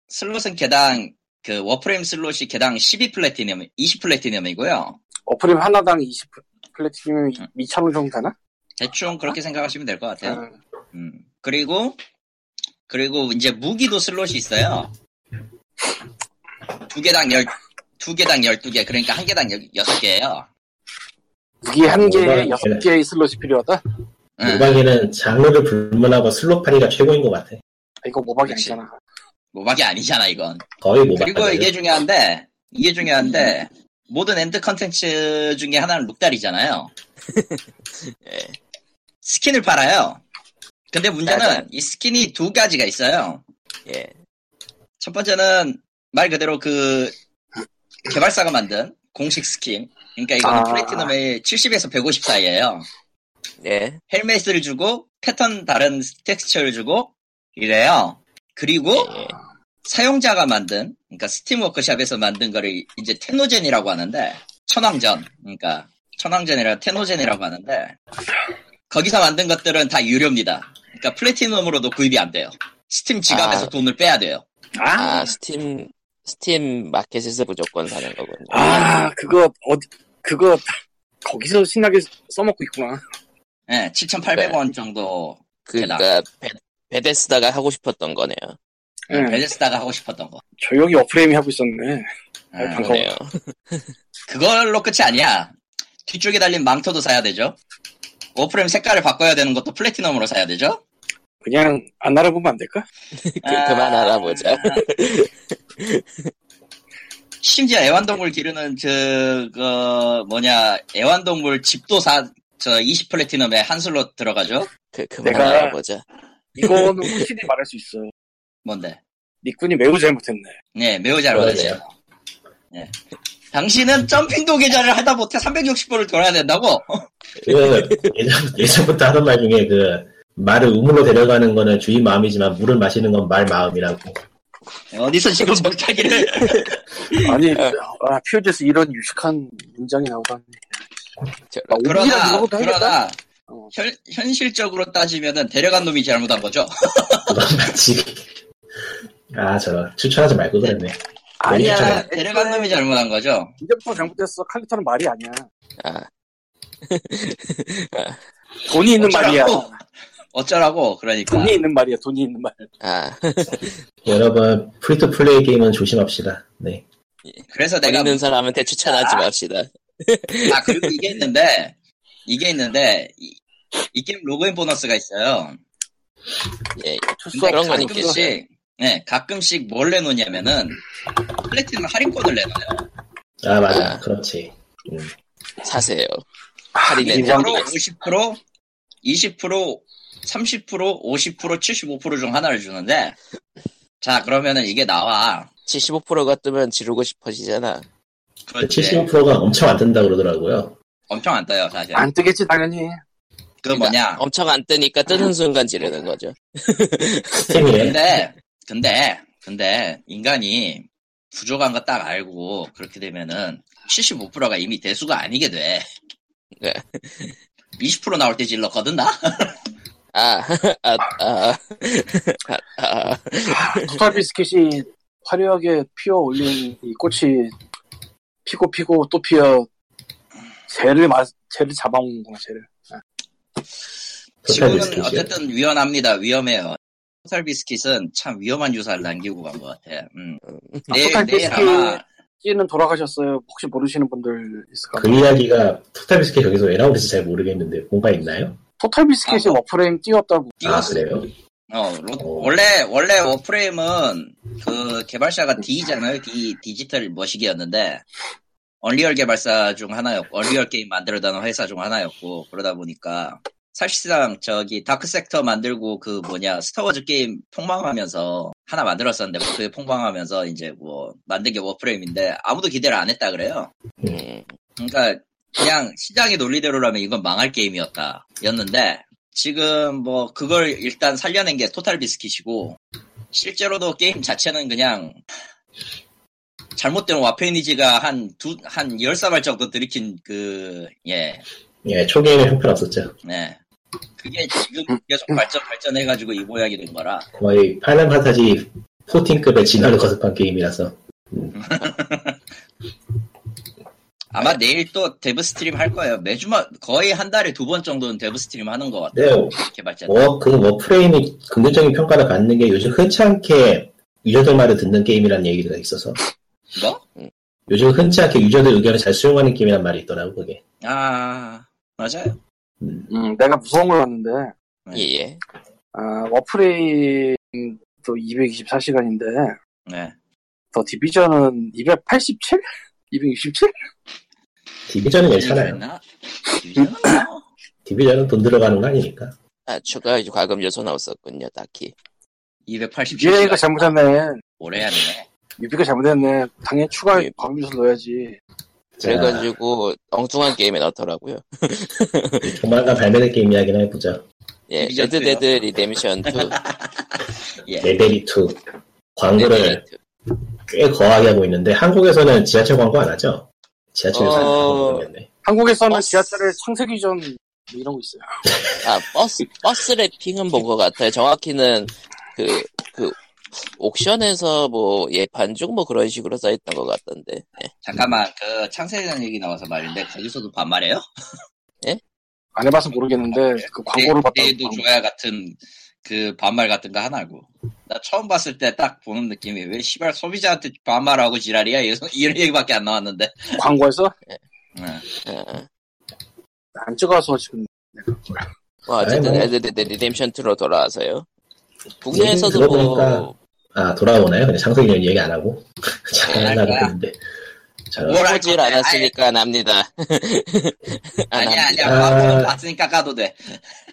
Speaker 3: 슬롯은 개당, 그, 워프레임 슬롯이 개당 12 플래티넘, 20 플래티넘이고요.
Speaker 2: 어플이 하나당 20 플래티넘이
Speaker 3: 음.
Speaker 2: 2,000원 정도 되나?
Speaker 3: 대충 그렇게 생각하시면 될 것 같아요.
Speaker 2: 응.
Speaker 3: 음. 그리고, 그리고 이제 무기도 슬롯이 있어요. 두 개당 열, 두 개당 열두 개, 그러니까 한 개당 여- 여섯 개예요
Speaker 2: 무기 한 개에
Speaker 4: 뭐가-
Speaker 2: 6개의 슬롯이 필요하다? 아,
Speaker 3: 응.
Speaker 4: 모방에는 장르를 불문하고 슬로파니가 최고인 것 같아.
Speaker 2: 이거 모박이
Speaker 3: 그치.
Speaker 2: 아니잖아.
Speaker 3: 모박이 아니잖아, 이건.
Speaker 4: 거의 뭐 모방.
Speaker 1: 뭐
Speaker 3: 그리고 이게 중요한데, 이게 중요한데, 모든 엔드 컨텐츠 중에 하나는 룩달이잖아요.
Speaker 1: 예.
Speaker 3: 스킨을 팔아요. 근데 문제는
Speaker 1: 맞아요.
Speaker 3: 이 스킨이 두 가지가 있어요.
Speaker 1: 예.
Speaker 3: 첫 번째는 말 그대로 그 개발사가 만든 공식 스킨. 그러니까 이거는
Speaker 2: 아.
Speaker 3: 플래티넘의 70에서 150 사이에요.
Speaker 1: 예.
Speaker 3: 헬멧을 주고 패턴 다른 텍스처를 주고 이래요. 그리고
Speaker 1: 예.
Speaker 3: 사용자가 만든, 그러니까 스팀 워크샵에서 만든 거를 이제 테노젠이라고 하는데, 천왕전, 그러니까 천왕전이라 테노젠이라고 하는데, 거기서 만든 것들은 다 유료입니다. 그러니까 플래티넘으로도 구입이 안 돼요. 스팀 지갑에서
Speaker 1: 아.
Speaker 3: 돈을 빼야 돼요.
Speaker 1: 아, 스팀, 스팀 마켓에서 무조건 사는 거군요.
Speaker 2: 아, 그거, 어디, 그거, 거기서 신나게 써먹고 있구나.
Speaker 3: 예, 7,800원
Speaker 1: 네.
Speaker 3: 정도
Speaker 1: 그니까, 베, 베데스다가 하고 싶었던 거네요.
Speaker 2: 예.
Speaker 1: 음.
Speaker 3: 벨레스다가 하고 싶었던 거.
Speaker 2: 조용히 어프레임이 하고 있었네.
Speaker 3: 예,
Speaker 1: 어,
Speaker 2: 아, 그거.
Speaker 1: 그러네요.
Speaker 3: 그걸로 끝이 아니야. 뒤쪽에 달린 망토도 사야 되죠. 워프레임 색깔을 바꿔야 되는 것도 플래티넘으로 사야 되죠.
Speaker 2: 그냥 안 알아보면 안 될까?
Speaker 1: 그, 그만 알아보자.
Speaker 3: 심지어 애완동물 기르는 그, 그 뭐냐 애완동물 집도 사 저 20 플래티넘에 한 술로 들어가죠.
Speaker 1: 그, 그만
Speaker 2: 내가-
Speaker 1: 알아보자.
Speaker 2: 이거는 확실히 말할 수 있어.
Speaker 3: 뭔데?
Speaker 2: 니꾼이 매우 잘못했네.
Speaker 3: 네 매우 잘 받으세요. 네. 당신은 점핑도 계좌를 하다 못해 360번을 돌아야 된다고?
Speaker 4: 그 예전, 예전부터 하던 말 중에 그 말을 우물로 데려가는 거는 주인 마음이지만 물을 마시는 건 말 마음이라고.
Speaker 3: 네, 어디서 지금 정착기를?
Speaker 2: 아니,
Speaker 3: 네.
Speaker 1: 예.
Speaker 2: 아, POG에서 이런 유식한 문장이 나오다니.
Speaker 1: 저-
Speaker 2: 아, 오기라
Speaker 3: 그러나
Speaker 2: 이런 것도 해야겠다.
Speaker 3: 그러나
Speaker 2: 어.
Speaker 3: 현, 현실적으로 따지면은 데려간 놈이 잘못한 거죠.
Speaker 4: 그건 마치 아 저런 추천하지 말고 그랬네.
Speaker 2: 아니야.
Speaker 4: 괜찮아요.
Speaker 3: 데려간 놈이 잘못한 거죠.
Speaker 2: 이제부터 잘못됐어. 칼리터는 말이 아니야.
Speaker 1: 아,
Speaker 2: 돈이 있는 말이야.
Speaker 3: 어쩌라고? 어쩌라고 그러니까.
Speaker 2: 돈이 있는 말이야. 돈이 있는 말.
Speaker 1: 아.
Speaker 4: 여러분 프리투 플레이 게임은 조심합시다. 네.
Speaker 3: 그래서
Speaker 1: 돈
Speaker 3: 내가
Speaker 1: 있는 사람한테 추천하지 맙시다.
Speaker 3: 아, 그리고 이게 있는데, 이게 있는데, 이, 이 게임 로그인 보너스가 있어요.
Speaker 1: 예.
Speaker 2: 출석
Speaker 1: 그런 건 있겠지.
Speaker 3: 예, 가끔씩, 네, 가끔씩 뭘 내놓냐면은, 플래티넘 할인권을 내놔요.
Speaker 4: 아 맞아
Speaker 1: 아.
Speaker 4: 그렇지
Speaker 1: 사세요.
Speaker 2: 아,
Speaker 3: 아,
Speaker 1: 할인해.
Speaker 3: 바로 50%, 20%, 30%, 50%, 75%중 하나를 주는데 자 그러면은 이게 나와
Speaker 1: 75%가 뜨면 지르고 싶어지잖아.
Speaker 3: 그렇지
Speaker 4: 75%가 엄청 안 뜬다 그러더라고요
Speaker 3: 엄청 안 떠요 사실
Speaker 2: 안 뜨겠지 당연히.
Speaker 3: 그 뭐냐
Speaker 1: 그러니까 엄청 안 뜨니까 뜨는 순간 지르는 거죠.
Speaker 4: 스팀이래
Speaker 3: 근데 근데 근데 인간이 부족한 거 딱 알고 그렇게 되면은 75%가 이미 대수가 아니게 돼.
Speaker 1: 네.
Speaker 3: 20% 나올 때 질렀거든 나.
Speaker 1: 아, 아, 아, 아, 아.
Speaker 2: 토탈 비스킷이 화려하게 피어 올린 이 꽃이 피고 피고 또 피어 쟤를 마 쟤를 잡아먹는구나 쟤를.
Speaker 4: 토탈
Speaker 3: 지금은
Speaker 4: 비스킷이요?
Speaker 3: 어쨌든 위험합니다. 위험해요. 토탈 비스킷은 참 위험한 유사를 남기고 간 것 같아. 음. 내일
Speaker 2: 토탈
Speaker 3: 내일
Speaker 2: 비스킷.
Speaker 3: 아마
Speaker 2: 씨는 돌아가셨어요. 혹시 모르시는 분들 있을까?
Speaker 4: 그 이야기가 토탈 비스킷 여기서 왜 나오는지 잘 모르겠는데 뭔가 있나요?
Speaker 2: 토탈 비스킷이
Speaker 3: 아,
Speaker 2: 워프레임 띄웠다고.
Speaker 4: 아
Speaker 3: 띄웠어.
Speaker 4: 그래요?
Speaker 3: 어, 로-
Speaker 4: 오.
Speaker 3: 원래 원래 워프레임은 그 개발사가 D잖아요. D 디지털 머시기였는데 언리얼 개발사 중 하나였고 언리얼 게임 만들어다는 회사 중 하나였고 그러다 보니까 사실상 저기 다크 섹터 만들고 그 뭐냐 스타워즈 게임 폭망하면서 하나 만들었었는데 그 폭망하면서 이제 뭐 만든 게 워프레임인데 아무도 기대를 안 했다 그래요.
Speaker 1: 음,
Speaker 3: 그러니까 그냥 시장의 논리대로라면 이건 망할 게임이었다 였는데 지금 뭐 그걸 일단 살려낸 게 토탈 비스킷이고 실제로도 게임 자체는 그냥 잘못된 와페니지가 한 두 한 열사발 정도 들이킨 그예
Speaker 4: 예 초기에는 형편없었죠
Speaker 3: 네. 그게 지금 계속 발전 발전해가지고 이 모양이 된 거라
Speaker 4: 거의 파이널 판타지 14급의 진화를 거듭한 게임이라서
Speaker 3: 아마 내일 또 데브 스트림 할 거예요 매주만 거의 한 달에 두 번 정도는 데브 스트림 하는 것 같아요
Speaker 4: 근데
Speaker 3: 개발자
Speaker 4: 워, 그 워프레임이 긍정적인 평가를 받는 게 요즘 흔치 않게 유저들 말을 듣는 게임이라는 얘기가 있어서
Speaker 3: 뭐?
Speaker 4: 요즘 흔치 않게 유저들 의견을 잘 수용하는 게임이란 말이 있더라고 그게
Speaker 3: 아 맞아요.
Speaker 2: 음, 내가 무서운 걸 봤는데
Speaker 1: 예, 예.
Speaker 2: 아, 워프레임도 224시간인데
Speaker 3: 네.
Speaker 2: 더 디비전은 287? 267?
Speaker 1: 음,
Speaker 3: 음,
Speaker 4: 디비전은 괜찮아요
Speaker 3: 디비전이나? 디비전은 뭐,
Speaker 4: 디비전은 돈 들어가는 거 아니니까
Speaker 1: 아, 추가 과금 요소 나왔었군요, 딱히.
Speaker 3: 287.
Speaker 2: 유비가
Speaker 3: 가
Speaker 2: 잘못했네.
Speaker 3: 오래 해야 되네.
Speaker 2: 유비가 잘못했네. 당연히 추가
Speaker 1: 예.
Speaker 2: 범주를 넣어야지.
Speaker 4: 자,
Speaker 1: 그래가지고 엉뚱한 게임에 넣더라고요.
Speaker 4: 조만간 발매될 게임 이야기나 해보자
Speaker 1: 예,
Speaker 3: 리젠트요?
Speaker 1: 레드데드 리뎀션 2.
Speaker 3: 예.
Speaker 4: 레벨이2 광고를 꽤 거하게 하고 있는데 한국에서는 지하철 광고 안 하죠?
Speaker 1: 어.
Speaker 4: 지하철에서 하는 광고 모르겠네
Speaker 2: 한국에서는
Speaker 1: 버스.
Speaker 2: 지하철에 창세기전 뭐 이런 거 있어요.
Speaker 1: 아, 버스, 버스 랩핑은 본 것 같아요. 정확히는 그, 그, 옥션에서 뭐, 예, 반죽 뭐 그런 식으로 써있던 것 같던데.
Speaker 3: 잠깐만 그 창세전 얘기 나와서 말인데 거기서도 반말해요?
Speaker 2: 안 해봐서
Speaker 1: 아,
Speaker 2: 모르겠는데 그 광고를 봤다.
Speaker 1: 네,
Speaker 3: 내일도 좋아야 같은 그 반말 같은 거 하나고. 나 처음 봤을 때 딱 보는 느낌이 왜 시발 소비자한테 반말하고 지랄이야? 이런 이런 얘기밖에 안 나왔는데.
Speaker 1: 네.
Speaker 2: 광고에서
Speaker 3: 응.
Speaker 1: 예.
Speaker 2: 안 찍어서 지금 내가 그걸.
Speaker 1: 뭐, 어쨌든
Speaker 4: 아니, 뭐.
Speaker 1: 레드데드 리뎀션 2로 돌아와서요. 국내에서도
Speaker 4: 얘기 들어보니까
Speaker 1: 뭐,
Speaker 4: 아 돌아오나요? 근데 상승이는 얘기 안 하고
Speaker 3: 안
Speaker 4: 잘안 하고
Speaker 3: 거야.
Speaker 4: 있는데 자,
Speaker 3: 뭘할
Speaker 1: 해보질
Speaker 3: 건데?
Speaker 1: 않았으니까 안 합니다. 안
Speaker 3: 아니, 아니야
Speaker 1: 합니다.
Speaker 3: 아니야.
Speaker 4: 아.
Speaker 3: 광고는 봤으니까 까도 돼.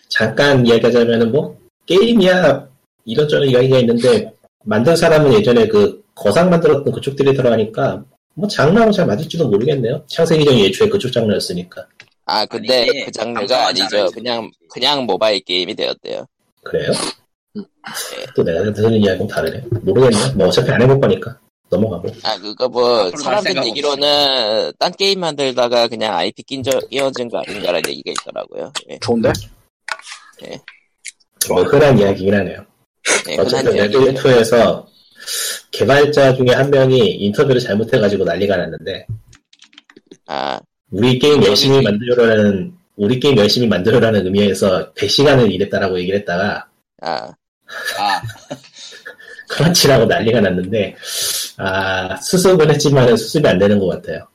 Speaker 4: 잠깐 이야기하자면은 뭐 게임이야 이런저런 이야기가 있는데 만든 사람은 예전에 그 거상 만들었던 그쪽들이 들어가니까 뭐 장르하고 잘 맞을지도 모르겠네요. 창세기전이 애초에 그쪽 장르였으니까
Speaker 1: 아, 근데
Speaker 3: 아니,
Speaker 1: 그
Speaker 3: 방송하지
Speaker 1: 장르가 아니죠.
Speaker 3: 않아요.
Speaker 1: 그냥, 그냥 모바일 게임이 되었대요.
Speaker 4: 그래요? 또 내가 듣는 이야기는 다르네. 모르겠네. 뭐 어차피 안 해볼 거니까 넘어가고.
Speaker 1: 아, 그거 뭐,
Speaker 3: 앞으로 할
Speaker 1: 사람들
Speaker 3: 생각
Speaker 1: 얘기로는, 딴 게임 만들다가 그냥 IP 낀저, 끼얹은 거 아닌가라는 얘기가 있더라고요. 예,
Speaker 2: 좋은데?
Speaker 4: 뭐 흔한 이야기긴 하네요.
Speaker 1: 예,
Speaker 4: 어쨌든
Speaker 1: 흔한
Speaker 4: 레드
Speaker 1: 얘기죠.
Speaker 4: 2에서 개발자 중에 한 명이 인터뷰를 잘못해가지고 난리가 났는데
Speaker 1: 아,
Speaker 4: 우리 게임 열심히 만들어라는 우리 게임 열심히 만들어라는 의미에서 그 100시간을 일했다라고 얘기를 했다가
Speaker 1: 아,
Speaker 3: 아
Speaker 4: 크런치라고 난리가 났는데 아 수습은 했지만 수습이 안 되는 것 같아요.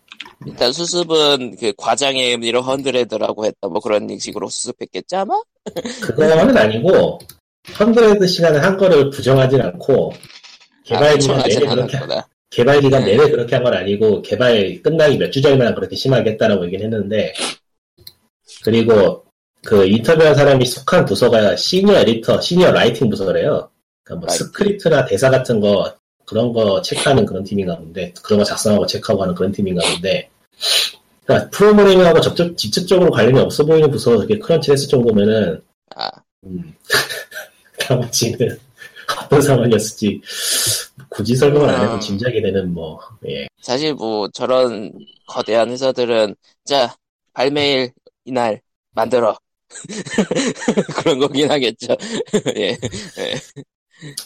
Speaker 1: 일단 수습은 그 과장의 의미로 헌드레드라고 했다 뭐 그런 식으로 수습했겠지 아마?
Speaker 4: 그거는 아니고 헌드레드 시간을 한 거를 부정하진 않고
Speaker 1: 아,
Speaker 4: 개발진은
Speaker 1: 청하진 그렇죠.
Speaker 4: 내내 그렇게
Speaker 1: 않았구나.
Speaker 4: 개발 기간
Speaker 1: 네.
Speaker 4: 내내 그렇게 한 건 아니고 개발 끝나기 몇 주 전에만 그렇게 심하게 했다라고 얘기는 했는데 그리고 그 인터뷰한 사람이 속한 부서가 시니어 에디터, 시니어 라이팅 부서래요. 그러니까 뭐
Speaker 1: 라이팅.
Speaker 4: 스크립트나 대사 같은 거 그런 거 체크하는 그런 팀인가 본데 그런 거 작성하고 체크하고 하는 그런 팀인가 본데 그러니까 프로그래밍하고 직접, 직접적으로 관련이 없어 보이는 부서가 그렇게 크런치를 했을 정도면은
Speaker 1: 아,
Speaker 4: 음. 나머지는 어떤 상황이었을지 굳이 설명을 안 해도
Speaker 1: 아.
Speaker 4: 짐작이 되는 뭐 예.
Speaker 1: 사실 뭐 저런 거대한 회사들은 자 발매일 이날 만들어 그런 거긴 하겠죠. 예.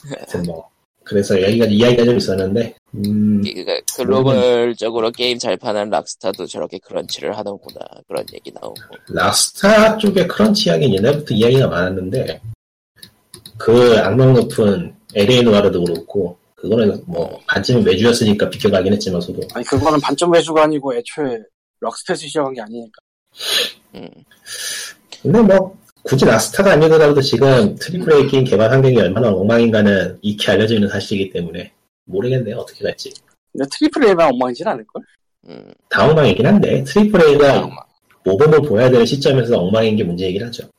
Speaker 4: 하여튼 뭐 그래서 여기가 이야기가 좀 있었는데 음,
Speaker 1: 그러니까 글로벌적으로 게임 잘 파는 락스타도 저렇게 크런치를 하는구나 그런 얘기 나오고
Speaker 4: 라스타 쪽에 크런치 이야기는 옛날부터 이야기가 많았는데 그 악명 높은 LA 노아르도 그렇고 그거는 뭐 반쯤은 외주였으니까 비켜가긴 했지만서도
Speaker 2: 아니 그거는 반점 매수가 아니고 애초에 럭스패스 시작한 게 아니니까.
Speaker 1: 음.
Speaker 4: 근데 뭐 굳이 라스타가 아니더라도 지금 트리플 A 게임 개발 환경이 얼마나 엉망인가는 익히 알려져 있는 사실이기 때문에 모르겠네요 어떻게 갈지
Speaker 2: 근데 트리플 A만 엉망이진 않을 걸?
Speaker 1: 음.
Speaker 4: 다 엉망이긴 한데 트리플 A가
Speaker 1: 엉망.
Speaker 4: 모범을 보여야 되는 시점에서 엉망인 게 문제이긴 하죠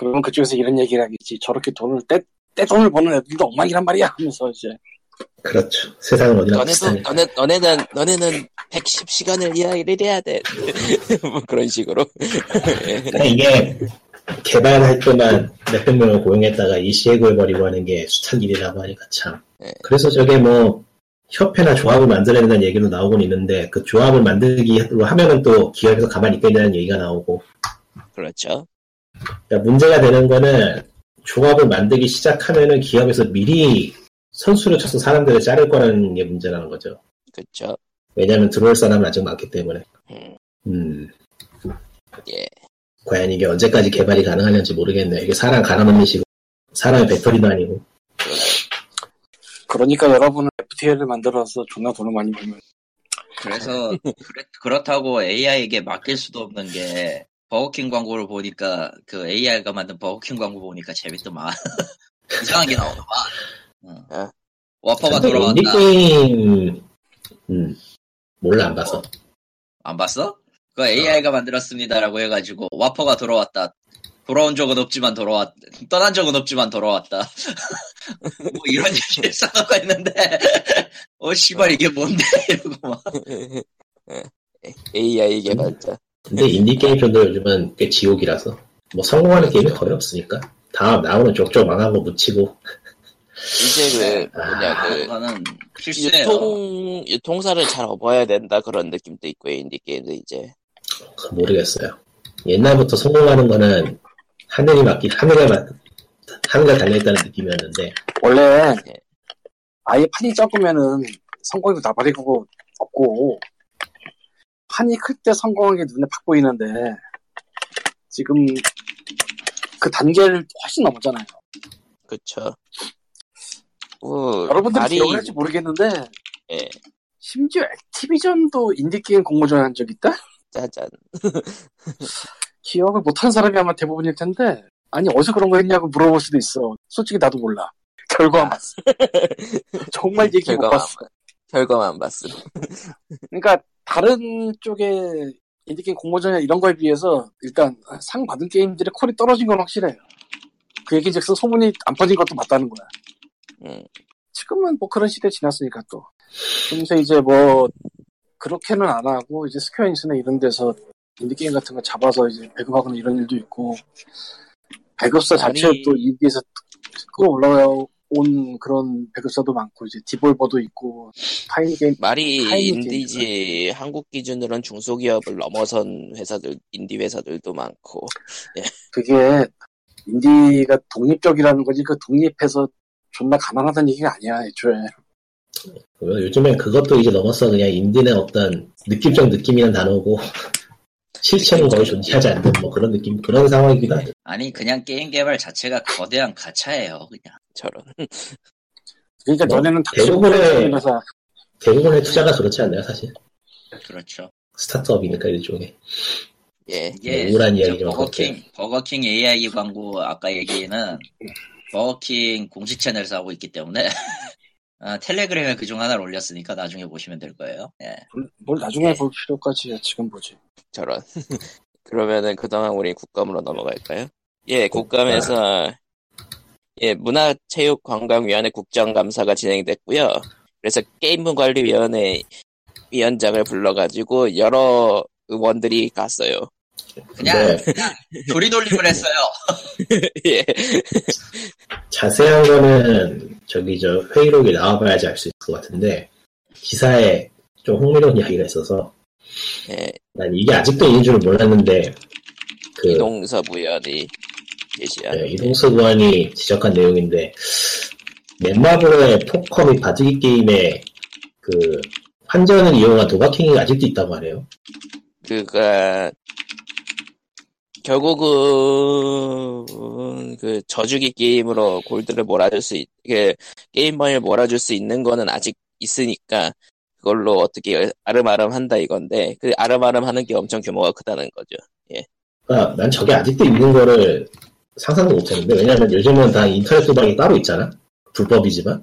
Speaker 2: 그러면 그쪽에서 이런 얘기를 하겠지. 저렇게 돈을 떼, 떼 돈을 버는 애들도 엉망이란 말이야 하면서 이제
Speaker 4: 그렇죠 세상은 어디나
Speaker 1: 너네도
Speaker 4: 비슷하니
Speaker 1: 너네 너네는 너네는 110시간을 이야기를 해야 돼. 뭐 그런 식으로. 예.
Speaker 4: 그러니까 이게 개발할 때만 몇백 명을 고용했다가 이 시행을 버리고 하는 게 숱한 일이라고 하니까 참
Speaker 1: 네.
Speaker 4: 그래서 저게 뭐 협회나 조합을 만들어야 된다는 얘기도 나오곤 있는데 그 조합을 만들기로 하면은 또 기업에서 가만히 있겠냐는 얘기가 나오고
Speaker 1: 그렇죠.
Speaker 4: 그러니까 문제가 되는 거는 조합을 만들기 시작하면은 기업에서 미리 선수를 쳐서 사람들을 자를 거라는 게 문제라는 거죠.
Speaker 1: 그렇죠.
Speaker 4: 왜냐하면 들어올 사람은 아직 많기 때문에.
Speaker 1: 음.
Speaker 4: 음.
Speaker 1: 예.
Speaker 4: 과연 이게 언제까지 개발이 가능하는지 모르겠네요. 이게 사람 갈아넣는 식으로 사람의 배터리도 아니고.
Speaker 2: 그러니까 여러분은 FTL을 만들어서 존나 돈을 많이 벌면
Speaker 3: 그래서 그렇, 다고 AI에게 맡길 수도 없는 게 버거킹 광고를 보니까 그 AI가 만든 버거킹 광고 보니까 재밌더만 이상한 게 나오더만 응.
Speaker 1: 아.
Speaker 3: 워퍼가
Speaker 4: 근데 인디
Speaker 3: 돌아왔다
Speaker 4: 게임 음 몰라 안 봐서.
Speaker 3: 안 봤어? 그 AI가 만들었습니다라고 해가지고 와퍼가 돌아왔다 돌아온 적은 없지만 돌아왔 떠난 적은 없지만 돌아왔다 뭐 이런 얘기 써놓고 있는데 어 씨발 이게 뭔데 이러고 막
Speaker 1: AI 예. 개발자.
Speaker 4: 근데 인디 게임 편도 요즘은 꽤 지옥이라서 뭐 성공하는 게임이 거의 없으니까 다 나오는 족족 망하고 묻히고
Speaker 1: 이제 그
Speaker 4: 아,
Speaker 1: 뭐냐 그
Speaker 3: 그거는 필수예요
Speaker 1: 유통 유통사를 잘 업어야 된다 그런 느낌도 있고 인디 게임도 이제
Speaker 4: 그거 모르겠어요. 옛날부터 성공하는 거는 하늘이 맞기 하늘에 맞 하늘에 달려 있다는 느낌이었는데
Speaker 2: 원래
Speaker 1: 예.
Speaker 2: 아예 판이 작으면은 성공도 나발이고 없고 판이 클 때 성공한 게 눈에 팍 보이는데 지금 그 단계를 훨씬 넘었잖아요.
Speaker 1: 그쵸. 뭐,
Speaker 2: 여러분들이
Speaker 1: 말이-
Speaker 2: 기억할지 모르겠는데
Speaker 1: 예,
Speaker 2: 심지어 액티비전도 인디게임 공모전에 한 적 있다?
Speaker 1: 짜잔.
Speaker 2: 기억을 못하는 사람이 아마 대부분일 텐데 아니 어디서 그런 거 했냐고 물어볼 수도 있어 솔직히 나도 몰라 결과만 봤어 정말 얘기 못
Speaker 1: 아. 결과만
Speaker 2: 봤어
Speaker 1: 안 봤- 결과만 봤음.
Speaker 2: 그러니까 다른 쪽에 인디게임 공모전이나 이런 거에 비해서 일단 상 받은 게임들의 퀄이 떨어진 건 확실해요 그 얘기즉슨 소문이 안 퍼진 것도 맞다는 거야
Speaker 1: 음.
Speaker 2: 지금은 뭐 그런 시대 지났으니까 또 그래서 이제 뭐 그렇게는 안 하고 이제 스퀘어닉스나 이런 데서 인디게임 같은 거 잡아서 이제 배급하거나 이런 일도 있고 배급사
Speaker 1: 아니.
Speaker 2: 자체도 인디에서 끌어올라온 그런 배급사도 많고 이제 디볼버도 있고 파인게임
Speaker 1: 말이
Speaker 2: 아, 타이밍이
Speaker 1: 인디지 한국 기준으로는 중소기업을 넘어선 회사들 인디 회사들도 많고
Speaker 2: 그게 인디가 독립적이라는 거지 그 독립해서 존나 가난하다는 얘기가 아니야 애초에
Speaker 4: 요즘엔 그것도 이제 넘어서 그냥 인디는 어떤 느낌적 느낌이란 단어고 실체는 거의 존재하지 않는 뭐 그런 느낌 그런 상황이기도 하죠.
Speaker 3: 아니 그냥 게임 개발 자체가 거대한 가차예요 그냥
Speaker 1: 저런.
Speaker 2: 그러니까
Speaker 4: 뭐,
Speaker 2: 너네는
Speaker 4: 대부분의-
Speaker 2: 닥치면서
Speaker 4: 대부분의 투자가 그렇지 않나요 사실?
Speaker 3: 그렇죠
Speaker 4: 스타트업이니까 일종의
Speaker 1: 예,
Speaker 3: 이게
Speaker 4: 우울한
Speaker 3: 진짜
Speaker 4: 이야기지만
Speaker 3: 버거킹 버거킹 AI 광고 아까 얘기는 버거킹 공식 채널에서 하고 있기 때문에 아, 텔레그램에 그 중 하나를 올렸으니까 나중에 보시면 될 거예요. 예.
Speaker 2: 뭘 나중에 볼 필요까지 야 지금 보지.
Speaker 1: 저런. 그러면은 그동안 우리 국감으로 넘어갈까요?
Speaker 4: 네.
Speaker 1: 예, 국감에서 예 문화체육관광위원회 국정감사가 진행됐고요. 그래서 게임문관리위원회 위원장을 불러가지고 여러 의원들이 갔어요.
Speaker 3: 그냥,
Speaker 4: 네.
Speaker 3: 그냥 조리돌림을 했어요.
Speaker 1: 예,
Speaker 4: 자세한 거는 저기 저 회의록이 나와봐야지 알 수 있을 것 같은데 기사에 좀 흥미로운 이야기가 있어서
Speaker 1: 예,
Speaker 4: 난 이게 아직도 있는 줄은 몰랐는데 그
Speaker 1: 이동섭 의원이 제시한.
Speaker 4: 네, 이동석 의원이 지적한 내용인데 넷마블의 포커 및 바둑이 게임에 그 환전을 이용한 도박행위가 아직도 있다고 하네요.
Speaker 1: 그가 결국은 그 저주기 게임으로 골드를 몰아줄 수 있, 게 게임번을 몰아줄 수 있는 거는 아직 있으니까 그걸로 어떻게 아름아름 한다 이건데 그 아름아름 하는 게 엄청 규모가 크다는 거죠.
Speaker 4: 그러니까 난 저게 아직도 있는 거를 상상도 못했는데 왜냐하면 요즘은 다 인터넷 도박이 따로 있잖아. 불법이지만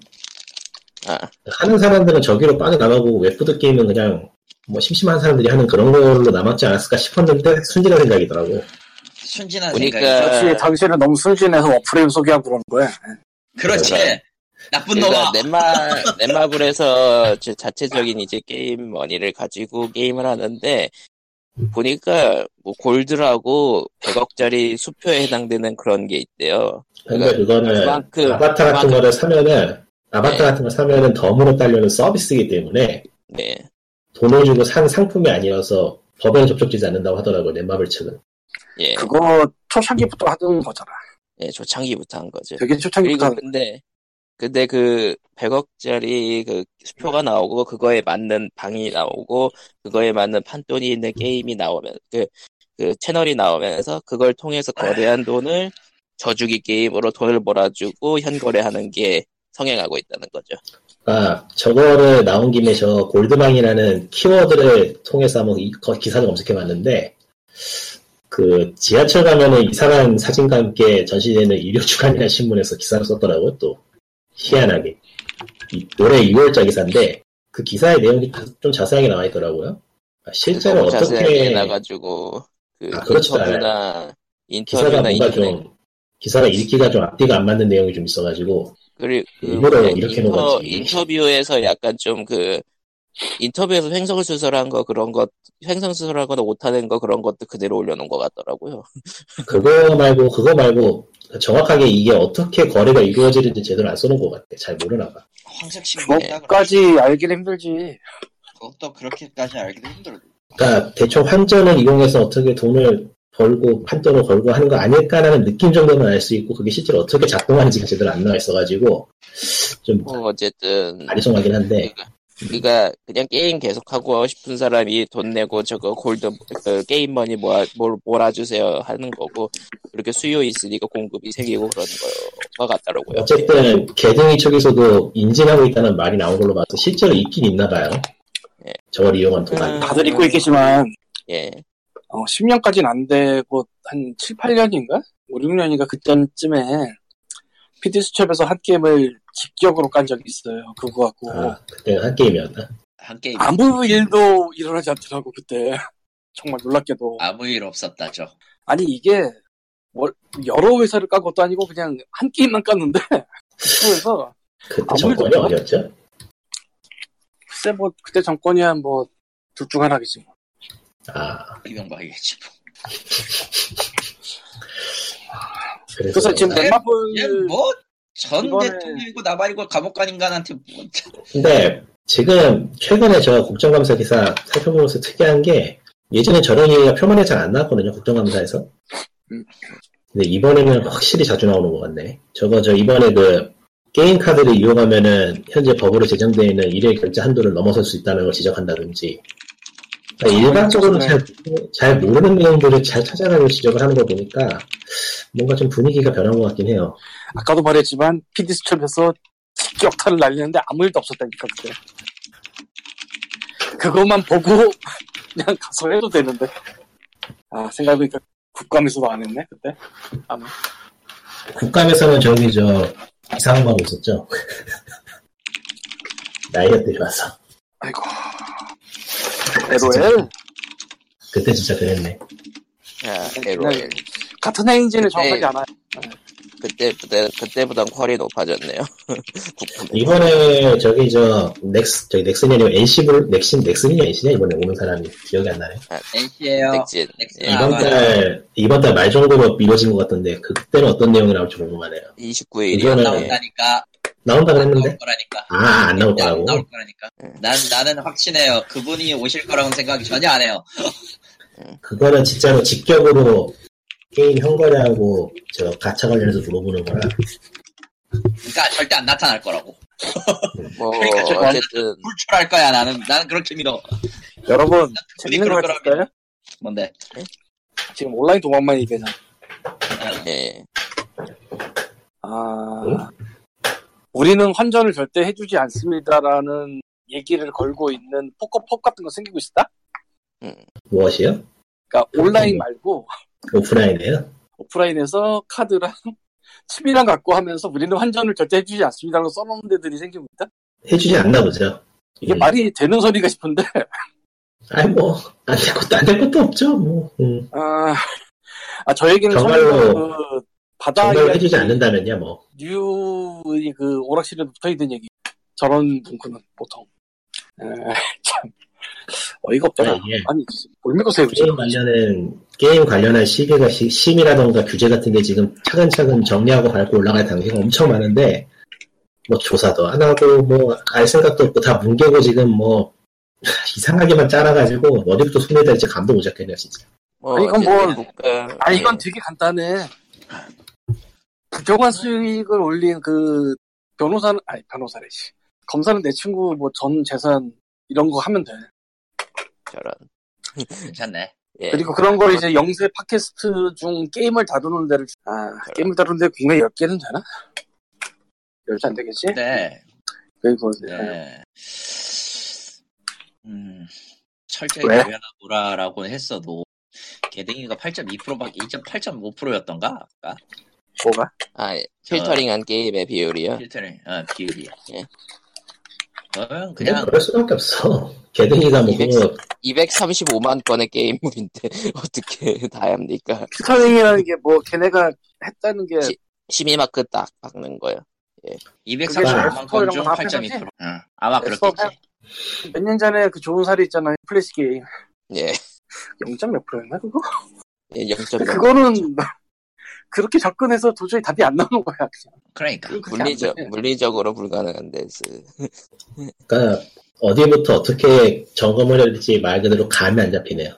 Speaker 1: 아,
Speaker 4: 하는 사람들은 저기로 빠져나가고 웹푸드 게임은 그냥 뭐 심심한 사람들이 하는 그런 걸로 남았지 않았을까 싶었는데 순진한 생각이더라고.
Speaker 3: 순진한
Speaker 1: 보니까-
Speaker 3: 생각이.
Speaker 2: 역시 당신은 너무 순진해서 어플을 소개하고 그러는 거야.
Speaker 3: 그렇지.
Speaker 1: 그러니까-
Speaker 3: 나쁜 놈아.
Speaker 1: 그러니까 넷마 넷마블에서 제 자체적인 이제 게임 머니를 가지고 게임을 하는데 보니까 뭐 골드라고 100억짜리 수표에 해당되는 그런 게 있대요.
Speaker 4: 근데 그거는
Speaker 1: 그만큼-
Speaker 4: 네. 아바타 같은
Speaker 1: 그만큼-
Speaker 4: 거를 사면은 아바타
Speaker 1: 네.
Speaker 4: 같은 거 사면은 덤으로 딸려는 서비스이기 때문에
Speaker 1: 네.
Speaker 4: 돈을 주고 산 상품이 아니어서 법에는 접촉되지 않는다고 하더라고요, 넷마블 측은.
Speaker 1: 예,
Speaker 2: 네. 그거 초창기부터 하던 거잖아.
Speaker 1: 예, 조창기부터 한 거죠.
Speaker 2: 되게 초창기부터
Speaker 1: 그리고
Speaker 2: 하는
Speaker 1: 근데, 근데 그 100억짜리 그 수표가 나오고, 그거에 맞는 방이 나오고, 그거에 맞는 판돈이 있는 게임이 나오면, 그, 그 채널이 나오면서, 그걸 통해서 거래한 돈을 저주기 게임으로 돈을 몰아주고, 현거래하는 게 성행하고 있다는 거죠.
Speaker 4: 아, 저거를 나온 김에 저 골드망이라는 키워드를 통해서 한번 이- 거- 기사를 검색해봤는데, 그 지하철 가면은 이상한 사진과 함께 전시되는 일요주간이라는 신문에서 기사를 썼더라고요, 또. 희한하게. 이- 올해 6월자 기사인데, 그 기사의 내용이 다- 좀 자세하게 나와있더라고요. 아, 실제로
Speaker 1: 너무 자세하게
Speaker 4: 어떻게
Speaker 1: 나가지고, 그
Speaker 4: 아, 그렇지도
Speaker 1: 인터뷰나,
Speaker 4: 기사가
Speaker 1: 인터뷰나
Speaker 4: 뭔가
Speaker 1: 인터넷,
Speaker 4: 좀, 기사가 읽기가 좀 앞뒤가 안 맞는 내용이 좀 있어가지고,
Speaker 1: 그리고 그
Speaker 4: 일부러
Speaker 1: 뭐냐,
Speaker 4: 이렇게
Speaker 1: 인터,
Speaker 4: 먹었지.
Speaker 1: 인터뷰에서 약간 좀 그 인터뷰에서 횡성수설한 거 그런 것 횡성수설하거나 오타된 거 그런 것도 그대로 올려놓은 것 같더라고요.
Speaker 4: 그거 말고 그거 말고 정확하게 이게 어떻게 거래가 이루어지는지 제대로 안 쏘는 것 같아. 잘 모르나 봐.
Speaker 3: 황색 신고 했다 그래.
Speaker 2: 거까지 알기는 힘들지.
Speaker 3: 그것도 그렇게까지 알기도 힘들어.
Speaker 4: 그러니까 대충 환전을 이용해서 어떻게 돈을 벌고 판돈을 걸고 하는 거 아닐까라는 느낌 정도는 알 수 있고 그게 실제로 어떻게 작동하는지가 제대로 안 나와 있어가지고 좀
Speaker 1: 뭐 어쨌든
Speaker 4: 아리송하긴 한데
Speaker 1: 그러니까 그냥 게임 계속하고 싶은 사람이 돈 내고 저거 골드 그 게임 머니 모아 몰- 몰아주세요 하는 거고 그렇게 수요 있으니까 공급이 생기고 그런 거것 같더라고요.
Speaker 4: 어쨌든 개등이 쪽에서도 인증하고 있다는 말이 나온 걸로 봐서 실제로 있긴 있나 봐요.
Speaker 1: 예.
Speaker 4: 저걸 이용한 동안
Speaker 1: 음.
Speaker 2: 다들 잊고 있겠지만
Speaker 1: 예.
Speaker 2: 어, 10년까지는 안 되고 한 7, 8년인가? 5, 6년인가 그때쯤에 PD수첩에서 한 게임을 직격으로 깐 적이 있어요. 그거 갖고
Speaker 4: 아 그때는 한 게임이었나?
Speaker 3: 한 게임
Speaker 2: 아무 일도 일어나지 않더라고 그때. 정말 놀랍게도.
Speaker 3: 아무 일 없었다죠.
Speaker 2: 아니 이게 월- 여러 회사를 깐 것도 아니고 그냥 한 게임만 깠는데 그래서
Speaker 4: 그때
Speaker 2: 아무 일도 뭐
Speaker 4: 정권이
Speaker 2: 없나?
Speaker 4: 어디였죠?
Speaker 2: 글쎄 뭐 그때 정권이야 뭐 둘 중 하나겠지. 뭐.
Speaker 4: 아
Speaker 3: 이명박이겠지.
Speaker 4: 그래서,
Speaker 2: 그래서 지금
Speaker 3: 얘-
Speaker 4: 예,
Speaker 2: 넷마블
Speaker 4: 뭐.
Speaker 3: 얘뭐전
Speaker 2: 그 이번에-
Speaker 3: 대통령이고 나발이고 감옥 간 인간한테 뭐,
Speaker 4: 근데 지금 최근에 저 국정감사 기사 살펴보면서 특이한 게 예전에 저런 얘기가 표면에 잘 안 나왔거든요 국정감사에서
Speaker 2: 음.
Speaker 4: 근데 이번에는 확실히 자주 나오는 것 같네 저거 저 이번에 그 게임 카드를 이용하면은 현재 법으로 제정되어 있는 일회 결제 한도를 넘어설 수 있다는 걸 지적한다든지 그러니까 일반적으로 잘, 잘 모르는 내용들을 잘 찾아가고 지적을 하는 거 보니까 뭔가 좀 분위기가 변한 것 같긴 해요
Speaker 2: 아까도 말했지만 PD수첩에서 직격탄을 날리는데 아무 일도 없었다니까 그때. 그것만 보고 그냥 가서 해도 되는데. 아 생각해보니까 국감에서도 안 했네 그때.
Speaker 4: 국감에서는 저기 저 이상한 거 하고 있었죠 나이가 들어와서
Speaker 2: 아이고.
Speaker 4: 진짜.
Speaker 2: LOL?
Speaker 4: 그때 진짜 그랬네.
Speaker 1: 아,
Speaker 3: 네,
Speaker 2: 네.
Speaker 1: LOL.
Speaker 2: 같은 행진을 정확하지
Speaker 1: 네.
Speaker 2: 않아요.
Speaker 1: 그때보다, 그때보단 퀄이 높아졌네요. 부품.
Speaker 4: 이번에 저기 저 넥스 저기 넥슨이 아니고 NC블 넥슨 넥슨이 NC냐 이번에 오는 사람이 기억이 안 나네.
Speaker 3: NC에요.
Speaker 1: 넥진.
Speaker 2: 네,
Speaker 1: 예,
Speaker 3: 아,
Speaker 4: 이번
Speaker 3: 맞아요.
Speaker 4: 달 이번 달 말 정도로 미뤄진 것 같던데 그때는 어떤 내용이 나올지 궁금하네요.
Speaker 1: 29일이요. 예.
Speaker 4: 이거는-
Speaker 3: 나온다니까.
Speaker 4: 나온다
Speaker 3: 안
Speaker 2: 네.
Speaker 4: 그랬는데
Speaker 3: 나올 거라니까.
Speaker 4: 네. 아 안 나올
Speaker 3: 안
Speaker 4: 거라고.
Speaker 3: 나올 거라니까.
Speaker 1: 예.
Speaker 3: 난, 나는 확신해요. 그분이 오실 거라고 생각이 전혀 안 해요.
Speaker 4: 그거는 진짜로 직격으로 게임 현거래하고 저 가차 관련해서 물어보는 거라
Speaker 3: 그러니까 절대 안 나타날 거라고.
Speaker 1: 뭐,
Speaker 3: 그러니까 저거 완전-
Speaker 1: 어쨌든,
Speaker 3: 불출할 거야, 나는. 나는 그렇게 믿어.
Speaker 2: 여러분, 재밌는 거
Speaker 3: 네. 그럴 거라고.
Speaker 2: 같을까요?
Speaker 3: 뭔데?
Speaker 2: 지금 온라인 도망만 얘기하잖아.
Speaker 1: 예.
Speaker 2: 아, 우리는 환전을 절대 해주지 않습니다라는 얘기를 걸고 있는 포커팝 같은 거 생기고 있다?
Speaker 4: 무엇이요?
Speaker 2: 그러니까 온라인
Speaker 4: 음.
Speaker 2: 말고
Speaker 4: 오프라인이에요.
Speaker 2: 오프라인에서 카드랑 칩이랑 갖고 하면서 우리는 환전을 절대 해주지 않습니다라고 써놓은 데들이 생기고 있다?
Speaker 4: 해주지 않나 보죠.
Speaker 2: 이게
Speaker 4: 음.
Speaker 2: 말이 되는 소리가 싶은데,
Speaker 4: 아니 뭐안될 것도 안 될 것도 없죠. 뭐 음.
Speaker 2: 아, 아, 저 얘기는
Speaker 4: 정말로-
Speaker 2: 처음에 그 바다
Speaker 4: 정말
Speaker 2: 이야기
Speaker 4: 해주지 않는다면야 뭐
Speaker 2: 뉴의 그 오락실에 붙어있는 얘기. 저런 문구는 보통. 에, 참, 어이가 없더라.
Speaker 4: 아, 예.
Speaker 2: 아니, 올메고 세우지.
Speaker 4: 게임 관련은 게임 관련한 시비가 시, 심이라던가 규제 같은 게 지금 차근차근 정리하고 밟고 올라갈 단계가 엄청 많은데 뭐 조사도 안 하고 뭐 알 생각도 없고 다 뭉개고 지금 뭐 이상하게만 짜라가지고 어디부터 손을 댈지 감도 못 잡겠네요 진짜.
Speaker 1: 뭐,
Speaker 2: 아니, 이건 뭐-
Speaker 1: 어쨌든 국가,
Speaker 2: 아, 이건
Speaker 1: 예.
Speaker 2: 되게 간단해. 부정한 수익을 올린 그, 변호사는, 아니, 변호사래, 씨. 검사는 내 친구 뭐 전 재산 이런 거 하면 돼.
Speaker 1: 예, 저런.
Speaker 3: 괜찮네.
Speaker 1: 예.
Speaker 2: 그리고 그런 걸 이제 영세 팟캐스트 중 게임을 다루는 데를, 주- 아, 게임을 다루는 데 국내 10개는 되나? 10개 안 되겠지?
Speaker 3: 네.
Speaker 2: 그리고, 네.
Speaker 3: 네. 음, 철저히
Speaker 2: 왜?
Speaker 3: 대변하고라라고 했어도 개댕이가 8.2%밖에 2.8.5%였던가? 아까
Speaker 2: 뭐가?
Speaker 1: 아, 예.
Speaker 3: 어.
Speaker 1: 필터링한 게임의 비율이요.
Speaker 3: 필터링 어, 비율이.
Speaker 1: 예.
Speaker 3: 그러면
Speaker 4: 그냥
Speaker 3: 그냥
Speaker 4: 그럴 수밖에 없어. 개등이가 뭐 그거
Speaker 1: 235만 건의 게임물인데, 어떻게 다 합니까?
Speaker 2: 피터링이라는 게 뭐 걔네가 했다는 게
Speaker 1: 시- 심의마크 딱 박는 거요.
Speaker 3: 235만
Speaker 2: 아, 그게
Speaker 3: 건중
Speaker 2: 다 합해서
Speaker 3: 8.2%. 응. 어, 아마
Speaker 2: 그래서
Speaker 3: 그렇겠지.
Speaker 2: 몇 년 전에 그 좋은 살이 있잖아 요 플래시 게임
Speaker 1: 예.
Speaker 2: 0.몇 프로였나 그거?
Speaker 3: 그러니까.
Speaker 1: 예, 0.0.
Speaker 2: 그거는 그렇게 접근해서 도저히 답이 안 나오는 거야 그냥
Speaker 3: 그러니까.
Speaker 2: 그건 그렇게 안
Speaker 1: 물리적,
Speaker 2: 돼.
Speaker 1: 물리적으로 불가능한 데스.
Speaker 4: 그러니까 어디부터 어떻게 점검을 해야 될지 말 그대로 감이 안 잡히네요.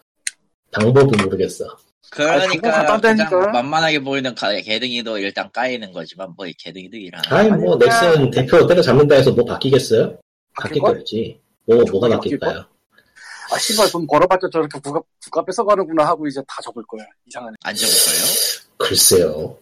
Speaker 4: 방법을 모르겠어.
Speaker 2: 아, 그거
Speaker 3: 그러니까
Speaker 2: 간단하니까.
Speaker 3: 가장 만만하게 보이는 가- 개등이도 일단 까이는 거지만 뭐 개등이들이랑
Speaker 4: 아니 뭐
Speaker 2: 아니, 그냥-
Speaker 4: 넥슨 대표 때려잡는다 해서 뭐 바뀌겠어요?
Speaker 2: 바뀔
Speaker 4: 바뀔
Speaker 2: 걸?
Speaker 4: 거지. 뭐 뭐가
Speaker 2: 바뀔
Speaker 4: 바뀔까요?
Speaker 2: 아 씨발 돈 벌어봤자 저렇게 부가, 부가 뺏어가는구나 하고 이제 다 접을 거야 이상하네
Speaker 3: 안 적을 거예요.
Speaker 4: 글쎄요.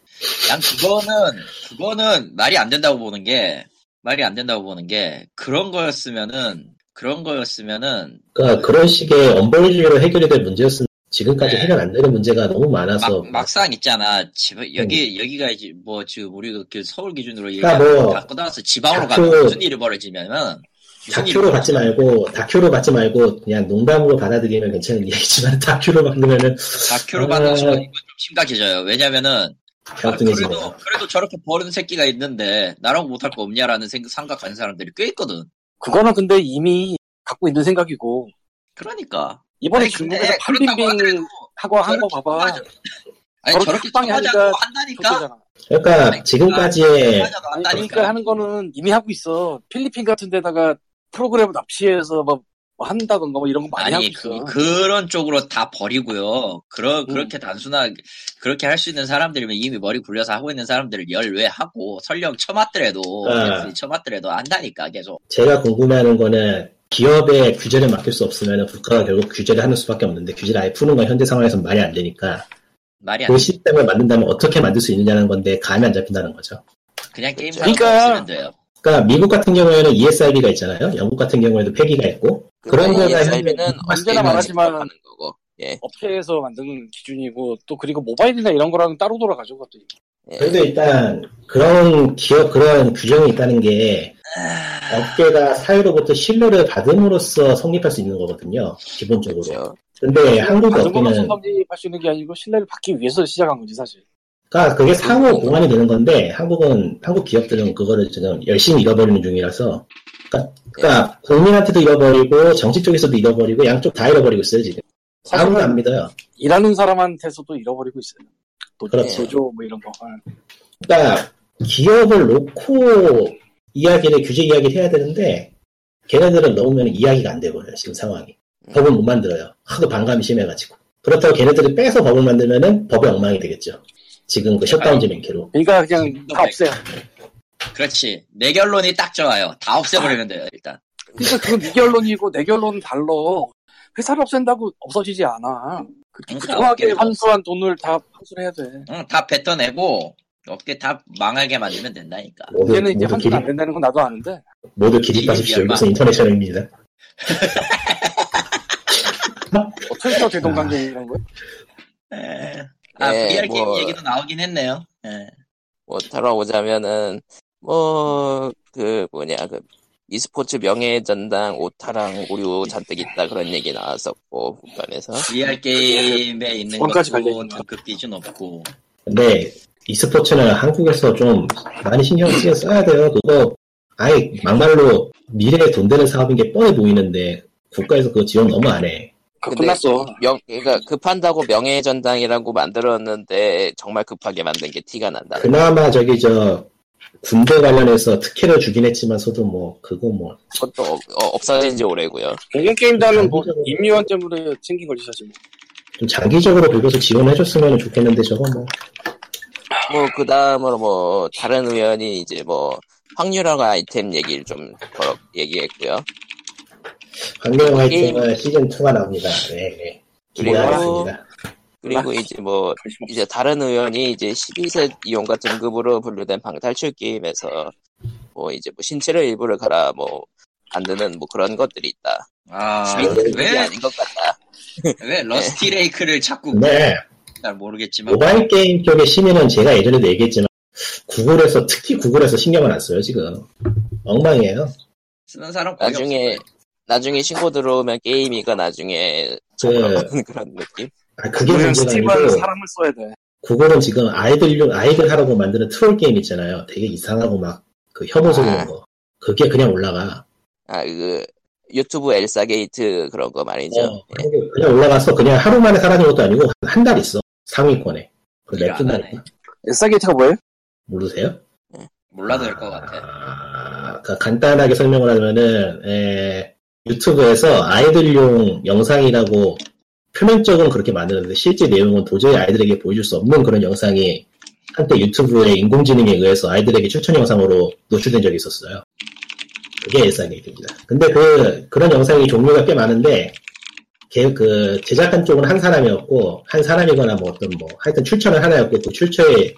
Speaker 3: 난 그거는 그거는 말이 안 된다고 보는 게 말이 안 된다고 보는 게 그런 거였으면은 그런 거였으면은
Speaker 4: 그러니까 그런 식의 언벌주의로 해결이 될 문제였으면 지금까지 해결 안 되는 문제가 너무 많아서
Speaker 3: 막, 막상 있잖아 집 여기 여기가 이제 뭐 지금 우리 그- 그 서울 기준으로
Speaker 4: 그러니까
Speaker 3: 얘기하면
Speaker 4: 뭐
Speaker 3: 갖고 나와서 지방으로
Speaker 4: 다큐-
Speaker 3: 가면 무슨 일이 벌어지면은 무슨 일이
Speaker 4: 다큐로
Speaker 3: 벌어지-
Speaker 4: 받지 말고 다큐로 받지 말고 그냥 농담으로 받아들이면 괜찮은 이야기지만 다큐로 받으면은
Speaker 3: 다큐로
Speaker 4: 아. 뭐.
Speaker 3: 받는 순간 이건 좀 심각해져요 왜냐면은 아,
Speaker 4: 갸우뚱해지네요.
Speaker 3: 그래도 그래도 저렇게 버는 새끼가 있는데 나라고 못할 거 없냐라는 생각 생각하는 사람들이 꽤 있거든
Speaker 2: 그거는 근데 이미 갖고 있는 생각이고
Speaker 3: 그러니까
Speaker 2: 이번에
Speaker 3: 아니, 근데
Speaker 2: 중국에서
Speaker 3: 그렇다고
Speaker 2: 팔빙빙
Speaker 3: 하더라도
Speaker 2: 하고 한 거 봐봐
Speaker 3: 하죠. 아니
Speaker 2: 저렇게
Speaker 3: 저렇게
Speaker 2: 빵이
Speaker 3: 하자고
Speaker 2: 하니까
Speaker 3: 한다니까
Speaker 2: 족대잖아.
Speaker 4: 그러니까 지금까지의
Speaker 3: 하자고
Speaker 2: 아니 그러니까
Speaker 3: 한다니까
Speaker 2: 하는 거는 이미 하고 있어 필리핀 같은 데다가 프로그램을 납치해서 막 한다던가 뭐 이런 거 많이
Speaker 3: 아니
Speaker 2: 하고 있어
Speaker 3: 그, 그런 쪽으로 다 버리고요. 그러
Speaker 2: 음.
Speaker 3: 그렇게 단순하게 그렇게 할 수 있는 사람들이면 이미 머리 굴려서 하고 있는 사람들을 열외하고 설령 쳐맞더라도
Speaker 4: 네.
Speaker 3: 엑스리 쳐맞더라도 안다니까 계속
Speaker 4: 제가 궁금해하는 거는 기업의 규제를 맡길 수 없으면 국가가 결국 규제를 하는 수밖에 없는데 규제를 아예 푸는 건 현대 상황에서 말이 안 되니까
Speaker 3: 말이
Speaker 2: 예.
Speaker 3: 안
Speaker 4: 그
Speaker 3: 돼.
Speaker 4: 시스템을 만든다면 어떻게 만들 수 있느냐는 건데 감이 안 잡힌다는 거죠.
Speaker 3: 그냥 게임 사람
Speaker 2: 그러니까-
Speaker 3: 없으면 돼요.
Speaker 4: 그러니까 미국 같은 경우에는 ESRB가 있잖아요. 영국 같은 경우에도 폐기가 있고 그런
Speaker 1: 그러니까
Speaker 4: 거가
Speaker 1: ESRB는
Speaker 4: 힘든-
Speaker 2: 언제나 말하지만-
Speaker 1: 하는 거고. 예.
Speaker 2: 업체에서 만든 기준이고 또 그리고 모바일이나 이런 거랑 따로 돌아가죠 그것도
Speaker 1: 예.
Speaker 4: 그래도 일단 그런 기업 그런 규정이 있다는 게
Speaker 2: 아.
Speaker 4: 업계가 사회로부터 신뢰를 받음으로써 성립할 수 있는 거거든요. 기본적으로.
Speaker 1: 그렇죠.
Speaker 4: 근데 예, 한국
Speaker 2: 가슴으로서
Speaker 4: 업계는
Speaker 2: 성립할 수 있는 게 아니고 신뢰를 받기 위해서 시작한 거지 사실.
Speaker 4: 그러니까 그게 상호 공환이 되는 건데 한국은 한국 기업들은 그거를 지금 열심히 잃어버리는 중이라서 그러니까, 그러니까
Speaker 2: 예.
Speaker 4: 국민한테도 잃어버리고 정치 쪽에서도 잃어버리고 양쪽 다 잃어버리고 있어요 지금. 아무도 안 믿어요.
Speaker 2: 일하는 사람한테서도 잃어버리고 있어요. 또
Speaker 4: 그렇죠.
Speaker 2: 제조 뭐 이런 거. 아,
Speaker 4: 그러니까 기업을 놓고 이야기를 규제 이야기를 해야 되는데 걔네들은 넣으면 이야기가 안 돼버려요 지금 상황이 법을 못 만들어요 하도 반감이 심해가지고 그렇다고 걔네들이 빼서 법을 만들면은 법의 엉망이 되겠죠 지금 그 셧다운 지민키로
Speaker 2: 그러니까 그냥 다 없애요.
Speaker 3: 그렇지. 내 결론이 딱 좋아요. 다 없애버리면 돼요, 일단.
Speaker 2: 그러니까 그건 네 결론이고 내 결론은 달라. 회사를 없앤다고 없어지지 않아. 그렇게
Speaker 3: 그러니까
Speaker 2: 부정하게
Speaker 3: 어깨를
Speaker 2: 환수한 돈을 다 환수를 해야 돼.
Speaker 3: 응, 다 뱉어내고, 업계 다 망하게 만들면 된다니까.
Speaker 4: 모두
Speaker 2: 얘는 이제
Speaker 4: 모두
Speaker 2: 환수가 안
Speaker 4: 길이
Speaker 2: 된다는 건 나도 아는데.
Speaker 4: 모두 길이 빠십시오
Speaker 3: 이게
Speaker 4: 여기서 인터내셔널입니다
Speaker 2: 어떻게
Speaker 4: 아.
Speaker 2: 또 대동관계 이런 거야?
Speaker 3: 에. 아,
Speaker 2: 네,
Speaker 1: 예,
Speaker 3: VR 게임
Speaker 1: 뭐.
Speaker 3: 얘기도 나오긴 했네요. 예.
Speaker 1: 뭐 돌아오자면은 뭐 그 뭐냐 그 e스포츠 명예 전당 오타랑 오류 잔뜩 있다 그런 얘기 나왔었고 북한에서
Speaker 3: VR 게임에 있는
Speaker 2: 원까지
Speaker 3: 것도
Speaker 2: 갈려있구나.
Speaker 3: 등급 기준 없고.
Speaker 4: 근데 e스포츠는 한국에서 좀 많이 신경 쓰게 써야 돼요 그거 아예 막말로 미래에 돈 되는 사업인 게 뻔해 보이는데 국가에서 그거 지원 너무 안해
Speaker 2: 그거
Speaker 1: 근데
Speaker 2: 끝났어.
Speaker 1: 명 그러니까 급한다고 명예 전당이라고 만들었는데 정말 급하게 만든 게 티가 난다.
Speaker 4: 그나마 저기 저 군대 관련해서 특혜를 주긴 했지만 서도 뭐 그거 뭐
Speaker 1: 그것도 없- 어, 없어진 지 오래고요.
Speaker 2: 공공 게임단은 뭐
Speaker 4: 장기적으로-
Speaker 2: 임의원 때문에 생긴 거지 사실. 뭐.
Speaker 4: 좀 장기적으로 긁어서 지원해줬으면 좋겠는데 저거 뭐
Speaker 1: 뭐 그 다음으로 뭐 다른 의원이 이제 뭐 확률화가 아이템 얘기를 좀 걸어 얘기했고요.
Speaker 4: 강력
Speaker 1: 게임.
Speaker 4: 화이팅은 아, 시즌 2가 나옵니다. 네, 네. 기대하겠습니다.
Speaker 1: 그리고 이제 뭐
Speaker 2: 관심 없어.
Speaker 1: 이제 다른 의원이 이제 12세 이용과 등급으로 분류된 방탈출 게임에서 뭐 이제 뭐 신체를 일부를 갈아 뭐 만드는 뭐 그런 것들이 있다.
Speaker 3: 아,
Speaker 4: 네,
Speaker 1: 주민들은 그게
Speaker 3: 왜,
Speaker 1: 아닌 것 같다.
Speaker 3: 왜 러스티 레이크를 자꾸,
Speaker 4: 네,
Speaker 3: 잘 모르겠지만.
Speaker 4: 모바일 게임 쪽의 시민은 제가 예전에도 얘기했지만 구글에서 특히 구글에서 신경을 안 써요 지금 엉망이에요.
Speaker 3: 쓰는 사람 거의
Speaker 1: 나중에
Speaker 3: 없을
Speaker 1: 나중에 신고 들어오면 게임이가 나중에
Speaker 4: 그
Speaker 1: 그런 느낌.
Speaker 4: 아, 그게
Speaker 2: 우리는
Speaker 4: 문제가
Speaker 2: 스팀을
Speaker 4: 아니고
Speaker 2: 사람을 써야 돼.
Speaker 4: 구글은 지금 아이들용 아이들 하라고 만드는 트롤 게임 있잖아요. 되게 이상하고 막 그 혐오
Speaker 1: 아.
Speaker 4: 소리는 거 그게 그냥 올라가.
Speaker 1: 아 그 유튜브 엘사 게이트 그런 거 말이죠. 네. 예.
Speaker 4: 어, 그게 그냥 올라가서 그냥 하루 만에 사라진 것도 아니고 한 달 있어 상위권에 그
Speaker 3: 이거 안
Speaker 4: 랩툰다니까
Speaker 3: 하네.
Speaker 2: 에싸게이트가 뭐예요?
Speaker 4: 모르세요?
Speaker 3: 몰라도 될 것 같아.
Speaker 4: 아, 그러니까 간단하게 설명을 하면은 에, 유튜브에서 아이들용 영상이라고 표면적은 그렇게 만드는데 실제 내용은 도저히 아이들에게 보여줄 수 없는 그런 영상이 한때 유튜브의 인공지능에 의해서 아이들에게 추천 영상으로 노출된 적이 있었어요. 그게 일상입니다. 근데 그 그런 영상이 종류가 꽤 많은데 걔, 그 제작한 쪽은 한 사람이었고 한 사람이거나 뭐 어떤 뭐 하여튼 출처는 하나였고 그 출처의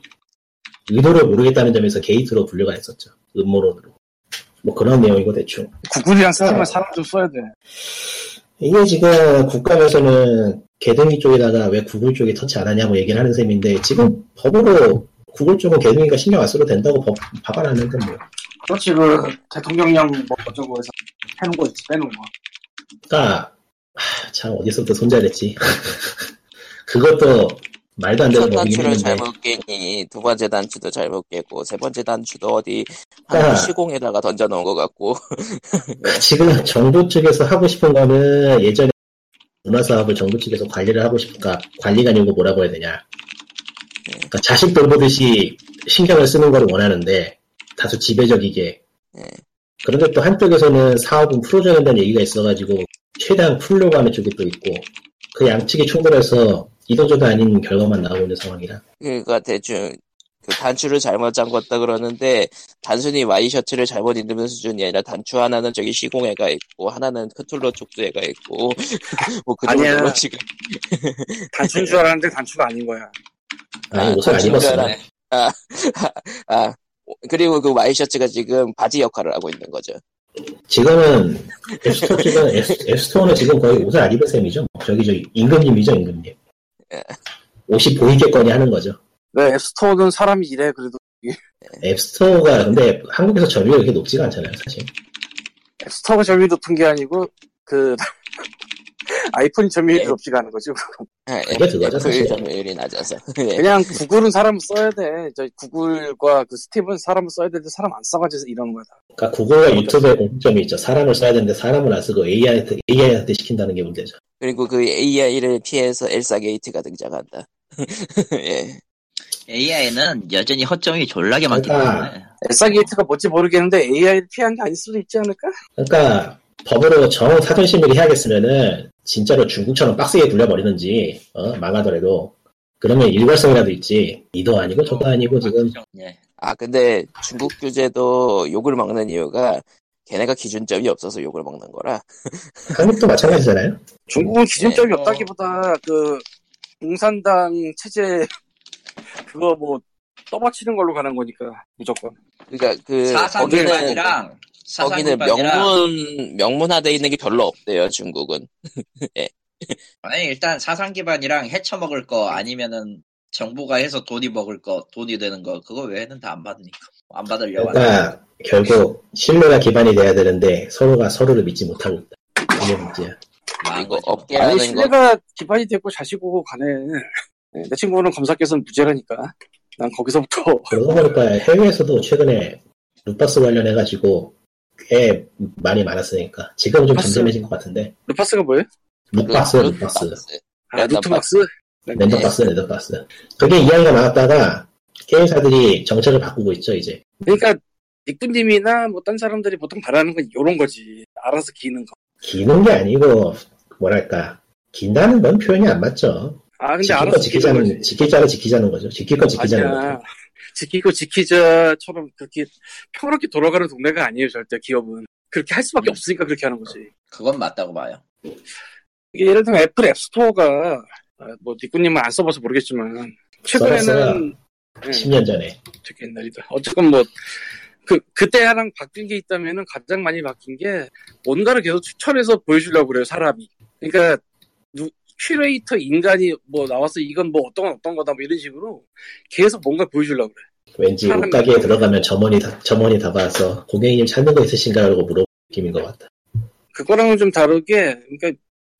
Speaker 4: 의도를 모르겠다는 점에서 게이트로 분류가 됐었죠. 음모론으로. 뭐 그런 내용이고 대충.
Speaker 2: 구글이랑 스팀을 사람 좀 써야 돼.
Speaker 4: 이게 지금 국가에서는 개등이 쪽에다가 왜 구글 쪽이 터치 안 하냐고 뭐 얘기를 하는 셈인데
Speaker 1: 음.
Speaker 4: 지금 법으로 구글 쪽은 개등이가 신경 안 써도 된다고 법 박아놨는데 뭐.
Speaker 2: 그렇지 그 대통령령 뭐 어쩌고 해서 해놓은 거 있지 빼놓은 거.
Speaker 4: 그러니까 하, 참 어디서부터 손자됐지. 그것도 말도 안 되는
Speaker 1: 첫
Speaker 4: 법이긴
Speaker 1: 단추를
Speaker 4: 했는데.
Speaker 1: 잘못 깨니 두 번째 단추도 잘못 깨고 세 번째 단추도 어디
Speaker 4: 아.
Speaker 1: 한 시공에다가 던져놓은 것 같고
Speaker 4: 지금 정부 측에서 하고 싶은 거는 예전에 문화사업을 정부 측에서 관리를 하고 싶으니까 그러니까 관리가 아니고 뭐라고 해야 되냐. 그러니까 자식 돌보듯이 신경을 쓰는 걸 원하는데 다소 지배적이게.
Speaker 1: 네.
Speaker 4: 그런데 또 한쪽에서는 사업은 풀어줘야 된다는 얘기가 있어가지고 최대한 풀려고 하는 쪽이 또 있고 그 양측이 충돌해서 이도저도 아닌 결과만 나오고 있는 상황이라.
Speaker 1: 그러니까 대충 그 단추를 잘못 잠궜다 그러는데 단순히 와이셔츠를 잘못 입는 수준이 아니라 단추 하나는 저기 시공애가 있고 하나는 크툴로 촉수애가 있고 뭐그
Speaker 2: 아니야.
Speaker 1: 정도로 지금
Speaker 2: 단추인 줄 알았는데 단추가 아닌 거야.
Speaker 4: 아니,
Speaker 1: 아,
Speaker 4: 옷을 안
Speaker 1: 그건
Speaker 4: 입었어요.
Speaker 1: 진짜라. 아 그리고 그 와이셔츠가 지금 바지 역할을 하고 있는 거죠.
Speaker 4: 지금은 앱스토어 지금 앱- 앱스토어는 지금 거의 옷을 안 입은 셈이죠. 뭐 저기 저 임금님이죠 임금님.
Speaker 1: 예.
Speaker 4: 옷이 보이겠거니 하는 거죠.
Speaker 2: 네 앱스토어는 사람이 이래 그래도
Speaker 4: 앱스토어가 근데 한국에서 점유율이 그렇게 높지가 않잖아요 사실.
Speaker 2: 컴퓨터가 점유율이 높은 게 아니고 그 아이폰이 점유율이
Speaker 1: 예.
Speaker 2: 높지가 않은 거죠.
Speaker 4: 그게 그거죠, 사실.
Speaker 1: 그 점유율이 낮아서. 예.
Speaker 2: 그냥 구글은 사람 써야 돼. 저 구글과 그 스팀은 사람 써야 되는데 사람 안 써가지고 이런 거다.
Speaker 4: 그러니까 국어와 유튜브의 공통점이 있죠. 사람을 써야 되는데 사람을 안 쓰고 AI한테, AI한테 시킨다는 게 문제죠.
Speaker 1: 그리고 그 AI를 피해서 엘사 게이트가 등장한다. 예.
Speaker 3: AI는 여전히 허점이 졸라게 많기
Speaker 4: 그러니까.
Speaker 3: 때문에
Speaker 2: 엘사 게이트가 뭔지 모르겠는데 AI를 피한 게 아닐 수도 있지 않을까?
Speaker 4: 그러니까 법으로 정 사전심의를 해야겠으면은 진짜로 중국처럼 빡세게 굴려버리는지 어? 망하더라도 그러면 일괄성이라도 있지 이도 아니고 저도 아니고 지금
Speaker 3: 예.
Speaker 1: 아, 근데 중국 규제도 욕을 막는 이유가 걔네가 기준점이 없어서 욕을 먹는 거라.
Speaker 4: 한국도 마찬가지잖아요.
Speaker 2: 중국은 기준점이
Speaker 3: 네.
Speaker 2: 없다기보다 그 공산당 체제 그거 뭐 떠받치는 걸로 가는 거니까 무조건.
Speaker 1: 그러니까 그
Speaker 3: 사상
Speaker 1: 거기는
Speaker 3: 일반이랑 사상
Speaker 1: 거기는
Speaker 3: 일반이랑
Speaker 1: 명문 명문화돼 있는 게 별로 없대요 중국은.
Speaker 3: 아니 일단 사상 기반이랑 해쳐먹을 거 아니면은 정부가 해서 돈이 먹을 거 돈이 되는 거 그거 외에는 다 안 받으니까 안 받으려고 하는
Speaker 4: 그러니까 결국 신뢰가 기반이 돼야 되는데 서로가 서로를 믿지 못하고 있다. 이게 문제야.
Speaker 1: 그리고
Speaker 3: 거죠.
Speaker 2: 아니
Speaker 1: 업계라는 거
Speaker 2: 신뢰가 기반이 됐고 자시고 가네. 네, 내 친구는 검사께서는 무죄라니까. 난 거기서부터
Speaker 4: 그러고 보니까 해외에서도 최근에 루파스 관련해가지고 꽤 많이 많았으니까 지금 좀
Speaker 2: 루파스.
Speaker 4: 잠잠해진 것 같은데
Speaker 2: 루파스가 뭐예요?
Speaker 4: 룩박스 룩박스
Speaker 2: 아,
Speaker 1: 랜덤
Speaker 2: 루트박스? 네.
Speaker 4: 랜덤박스 랜덤박스 그게 이야기가 나왔다가 게임사들이 정책을 바꾸고 있죠 이제
Speaker 2: 그러니까 닉분님이나 뭐 딴 사람들이 보통 바라는 건 이런 거지. 알아서 기는 거.
Speaker 4: 기는 게 아니고 뭐랄까 긴다는 건 표현이 안 맞죠
Speaker 2: 아 근데
Speaker 4: 지킬
Speaker 2: 알아서 기는
Speaker 4: 거 지키자는
Speaker 2: 거지.
Speaker 4: 지킬 자를 지키자는 거죠 지킬 거 지키자는
Speaker 2: 아니야.
Speaker 4: 거죠
Speaker 2: 지키고 지키자처럼 그렇게 평화롭게 돌아가는 동네가 아니에요 절대 기업은. 그렇게 할 수밖에 없으니까 그렇게 하는 거지.
Speaker 3: 그건 맞다고 봐요.
Speaker 2: 이게 예를 들면 애플 앱스토어가 아, 뭐 니꾸님은 안 써봐서 모르겠지만 최근에는
Speaker 4: 써봤어요.
Speaker 2: 예,
Speaker 4: 10년 전에
Speaker 2: 되게 옛날이다. 어쨌건 뭐 그 그때랑 바뀐 게 있다면은 가장 많이 바뀐 게 뭔가를 계속 추천해서 보여주려고 그래요 사람이. 그러니까 누, 큐레이터 인간이 뭐 나와서 이건 뭐 어떤 건 어떤 거다 뭐 이런 식으로 계속 뭔가 보여주려고 그래.
Speaker 4: 왠지
Speaker 2: 사람이-
Speaker 4: 옷가게에 들어가면 점원이 다, 점원이 다가와서 고객님 찾는 거 있으신가라고 물어보는 느낌인 것 같다
Speaker 2: 그거랑은 좀 다르게 그러니까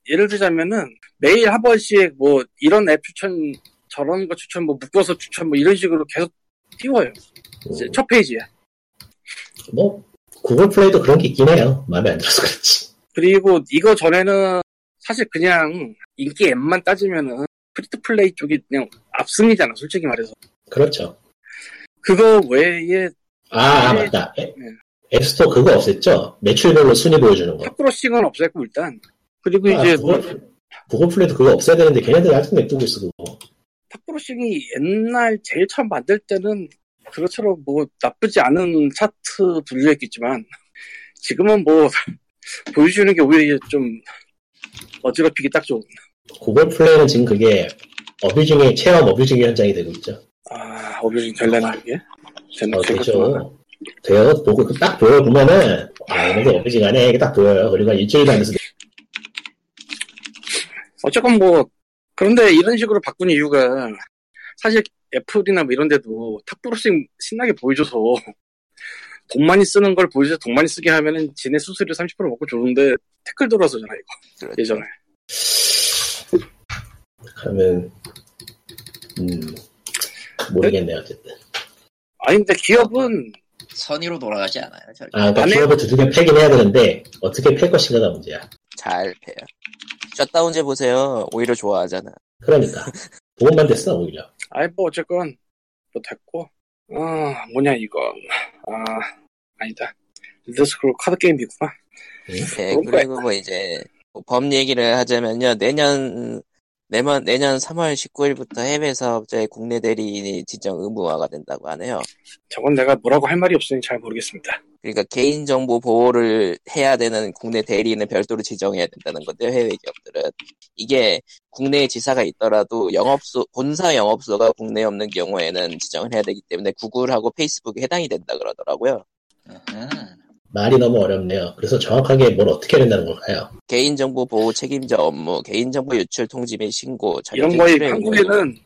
Speaker 2: 예를 들자면은 매일 한 번씩 뭐 이런 앱 추천 저런 거 추천 뭐 묶어서 추천 뭐 이런 식으로 계속 띄워요. 이제 첫 페이지에.
Speaker 4: 음, 뭐 구글 플레이도 그런 게 있긴 해요. 마음에 안 들어서 그렇지.
Speaker 2: 그리고 이거 전에는 사실 그냥 인기 앱만 따지면은 프리트 플레이 쪽이 그냥 앞승이잖아, 솔직히 말해서.
Speaker 4: 그렇죠.
Speaker 2: 그거 외에
Speaker 4: 아, 아,
Speaker 2: 네.
Speaker 4: 맞다. 앱, 앱스토어 그거 없앴죠? 매출별로 순위 보여주는 거.
Speaker 2: 탑크로싱은 없앴고 일단. 그리고
Speaker 4: 아,
Speaker 2: 이제 뭐
Speaker 4: 구글, 구글 플레이도 그거 없애야 되는데 걔네들 아직 냅두고 있어 그거.
Speaker 2: 탑크로싱이 옛날 제일 처음 만들 때는 그렇처럼 뭐 나쁘지 않은 차트 분류했겠지만 지금은 뭐 보여주는 게 오히려 좀 어지럽히기 딱 좋은.
Speaker 4: 구글 플레이는 지금 그게 어뷰징의 체험 어뷰징의 현장이 되고 있죠.
Speaker 2: 아, 어려운 결례나 이게. 네,
Speaker 4: 어,
Speaker 2: 생각보다.
Speaker 4: 되죠. 돼요. 보고 그 딱 보여 보면은 아 얘네들 어뷰징하네 이게 딱 보여요. 그리고 한 일주일도 안 돼서
Speaker 2: 어쨌건 뭐 그런데 이런 식으로 바꾼 이유가 사실 애플이나 뭐 이런 데도 탑브로싱 신나게 보여줘서 돈 많이 쓰는 걸 보여줘서 돈 많이 쓰게 하면은 지네 수수료 30% 먹고 주는데 태클 돌아서잖아 이거
Speaker 1: 그렇죠.
Speaker 2: 예전에
Speaker 4: 하면 음 모르겠네요 어쨌든.
Speaker 2: 아니 근데 기업은
Speaker 3: 선의로 돌아가지 않아요. 절대.
Speaker 4: 아 그러니까
Speaker 2: 안에-
Speaker 4: 기업을 두둑이 패긴 해야 되는데 어떻게 패 것인가가 문제야.
Speaker 1: 잘 패요. 셧다운제 보세요. 오히려 좋아하잖아.
Speaker 4: 그러니까 보험만 됐어 오히려
Speaker 2: 아이 뭐 어쨌건 뭐 됐고 아 뭐냐 이거 아 아니다 리더스크롤 카드 게임이구나
Speaker 1: 예,
Speaker 2: 그런 거야.
Speaker 1: 그리고 뭐 이제 뭐법 얘기를 하자면요. 내년 내년 내년 3월 19일부터 해외 사업자의 국내 대리인이 지정 의무화가 된다고 하네요.
Speaker 2: 저건 내가 뭐라고 할 말이 없으니 잘 모르겠습니다
Speaker 1: 그러니까 개인정보 보호를 해야 되는 국내 대리인은 별도로 지정해야 된다는 건데요, 해외 기업들은. 이게 국내에 지사가 있더라도 영업소, 본사 영업소가 국내에 없는 경우에는 지정을 해야 되기 때문에 구글하고 페이스북에 해당이 된다 그러더라고요.
Speaker 3: 음,
Speaker 4: 말이 너무 어렵네요 그래서 정확하게 뭘 어떻게 해야 된다는 걸까요
Speaker 1: 개인정보 보호 책임자 업무, 개인정보 유출 통지 및 신고, 자격
Speaker 2: 이런 거에
Speaker 1: 제출의 의무.
Speaker 2: 한국에는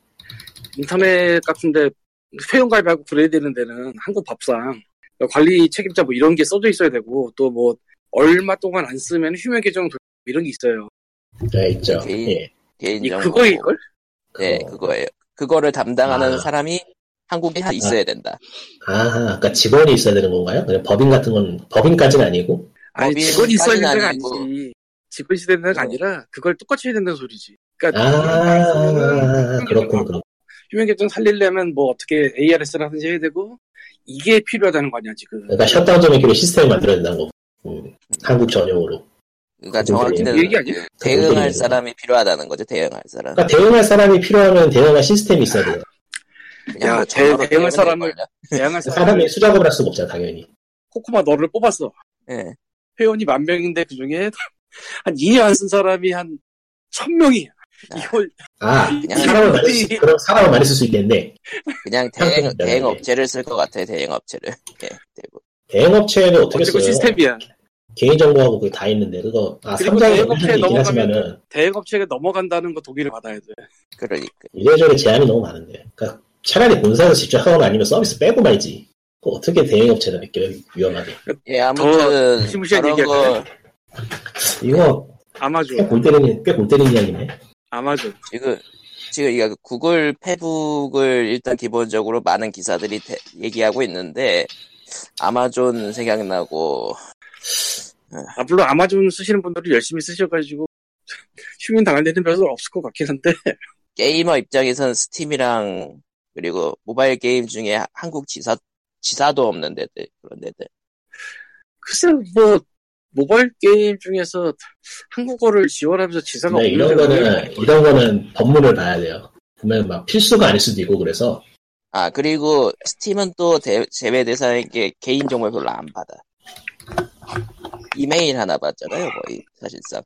Speaker 2: 인터넷 같은데 회원가입하고 그래야 되는 데는 한국 법상 관리 책임자 뭐 이런 게 써져 있어야 되고 또 뭐 얼마 동안 안 쓰면 휴면 계정 돌 이런 게 있어요.
Speaker 4: 네, 있죠.
Speaker 1: 개인-
Speaker 4: 예.
Speaker 2: 이
Speaker 1: 개인정보.
Speaker 2: 그거일걸?
Speaker 1: 네, 그거예요. 그거를 담당하는
Speaker 4: 아.
Speaker 1: 사람이 한국에 있어야 된다.
Speaker 4: 아, 그러니까 직원이 있어야 되는 건가요? 그냥 법인 같은 건 법인까지는 아니고.
Speaker 2: 아니
Speaker 1: 법인
Speaker 2: 뭐 직원 이 있어야 되는 데가
Speaker 1: 아니고.
Speaker 2: 아니지. 직원 시대는 데가
Speaker 1: 어.
Speaker 2: 아니라 그걸 똑같이 해야 된다는 소리지.
Speaker 4: 아,
Speaker 2: 그러니까
Speaker 4: 아, 그렇군, 그렇군.
Speaker 2: 휴면 계정 살리려면 뭐 어떻게 ARS라든지 해야 되고 이게 필요하다는 거 아니야 지금.
Speaker 4: 그러니까 셧다운 점액기로 시스템을 만들어야 된다는 거고. 음, 한국 전용으로.
Speaker 1: 그러니까
Speaker 4: 그
Speaker 1: 정확히는
Speaker 2: 얘기 아니야?
Speaker 1: 대응할
Speaker 4: 그
Speaker 1: 사람이 필요하다는 거죠. 대응할 사람.
Speaker 4: 그러니까 대응할 사람이 필요하면 대응할 시스템이 있어야 돼요.
Speaker 1: 그냥
Speaker 2: 야,
Speaker 1: 뭐
Speaker 2: 대-
Speaker 1: 전화로
Speaker 2: 대응할
Speaker 1: 대응을
Speaker 2: 사람을-
Speaker 1: 해버려.
Speaker 2: 다양한 사람이
Speaker 4: 사람이 수작업을 할 수가 없잖아, 당연히.
Speaker 2: 코코마 너를 뽑았어.
Speaker 1: 예.
Speaker 2: 회원이 만 명인데 그 중에 한 2년 안 쓴 사람이 한 천 명이야.
Speaker 1: 아.
Speaker 2: 이걸
Speaker 4: 아,
Speaker 1: 그냥
Speaker 4: 사람을 많이 쓸 수, 그럼 사람을 많이 쓸 수 있겠네.
Speaker 1: 그냥 대응
Speaker 4: 그냥
Speaker 1: 대응
Speaker 4: 그냥
Speaker 1: 업체를 쓸 것 같아요. 대응 업체를. 예. 대고.
Speaker 4: 대응업체는 어떻게
Speaker 2: 어쨌든
Speaker 4: 써요?
Speaker 2: 그 시스템이야.
Speaker 4: 개인정보하고 그게 다 있는데, 그거, 아,
Speaker 2: 그리고
Speaker 4: 상장에
Speaker 2: 대응업체에
Speaker 4: 얘기긴
Speaker 2: 넘어가면-
Speaker 4: 하지만은,
Speaker 2: 대행업체가 넘어간다는 거 독일을 받아야 돼.
Speaker 1: 그러니까.
Speaker 4: 이래저래 제한이 너무 많은데. 그러니까 차라리 본사에서 직접 하거나 아니면 서비스 빼고 말지. 그 어떻게 대행업체를 이렇게 위험하게.
Speaker 1: 예, 아무튼
Speaker 2: 무시무시한
Speaker 1: 그런
Speaker 2: 얘기야,
Speaker 1: 거
Speaker 4: 이거 꽤
Speaker 2: 아마존,
Speaker 4: 골 때리는, 꽤 골 때리는 이야기네.
Speaker 2: 아마존.
Speaker 1: 지금 지금 이거 구글 페북을 일단 기본적으로 많은 기사들이 대- 얘기하고 있는데 아마존 생각나고
Speaker 2: 아, 물론 아마존 쓰시는 분들이 열심히 쓰셔가지고 휴면 당할 일은 별로 없을 것 같긴 한데
Speaker 1: 게이머 입장에선 스팀이랑 그리고 모바일 게임 중에 한국 지사 지사도 없는 데들 그런 데들
Speaker 2: 글쎄 뭐 모바일 게임 중에서 한국어를 지원하면서 지사가
Speaker 4: 근데 네, 이런 거는, 이런 거는 법문을 봐야 돼요. 보면 막 필수가 아닐 수도 있고, 그래서.
Speaker 1: 아 그리고 스팀은 또 대- 제외 대상인 게 개인 정보를 별로 안 받아 이메일 하나 받잖아요 거의 사실상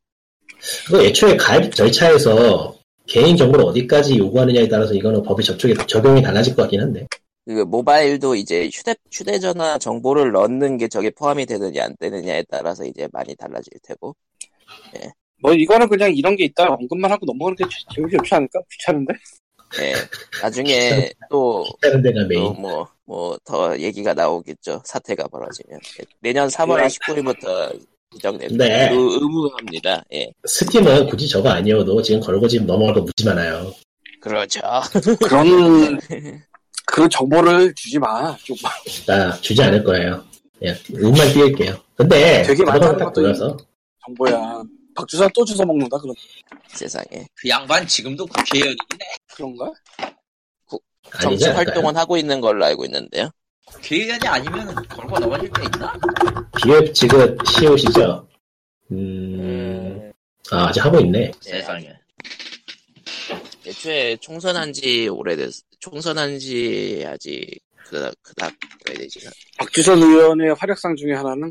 Speaker 4: 그 애초에 가입 절차에서 개인정보를 어디까지 요구하느냐에 따라서 이거는 법이 저쪽에 적용이 달라질 것 같긴 한데.
Speaker 1: 그 모바일도 이제 휴대 휴대전화 정보를 넣는 게 저게 포함이 되느냐 안 되느냐에 따라서 이제 많이 달라질 테고
Speaker 2: 뭐 이거는 그냥 이런 게 있다 언급만 하고 넘어가는 게 제- 제일 좋지 않을까? 귀찮은데?
Speaker 1: 예 나중에 또
Speaker 4: 다른 데가 메인.
Speaker 1: 또 뭐 뭐 더 얘기가 나오겠죠 사태가 벌어지면 내년 3월 19일부터 지정됩니다
Speaker 4: 네.
Speaker 1: 의- 의무합니다 예
Speaker 4: 스팀은 굳이 저거 아니어도 지금 걸고 지금 넘어갈 거 묻지 않아요.
Speaker 1: 그렇죠
Speaker 2: 그런 그런 정보를 주지 마. 좀
Speaker 4: 나 주지 않을 거예요. 그냥 음만 띄울게요. 근데
Speaker 2: 되게
Speaker 4: 그거만
Speaker 2: 많다는
Speaker 4: 딱
Speaker 2: 것도
Speaker 4: 돌려서
Speaker 2: 정보야. 박주산 또 주워 먹는다 그런
Speaker 1: 세상에
Speaker 3: 그 양반 지금도 국회의원이네.
Speaker 2: 그런가?
Speaker 1: 정치
Speaker 4: 아니지 않을까요?
Speaker 1: 활동은 하고 있는 걸로 알고 있는데요
Speaker 3: 국회의원이 아니면 걸고 넘어질 게 있나?
Speaker 4: 기획지급 CEO시죠? 음...
Speaker 1: 음,
Speaker 4: 아, 아직 하고 있네.
Speaker 3: 세상에.
Speaker 1: 애초에 총선한 지 오래됐 총선한 지 아직 그닥 그닥 오래되지
Speaker 2: 박주선 의원의 활약상 중에 하나는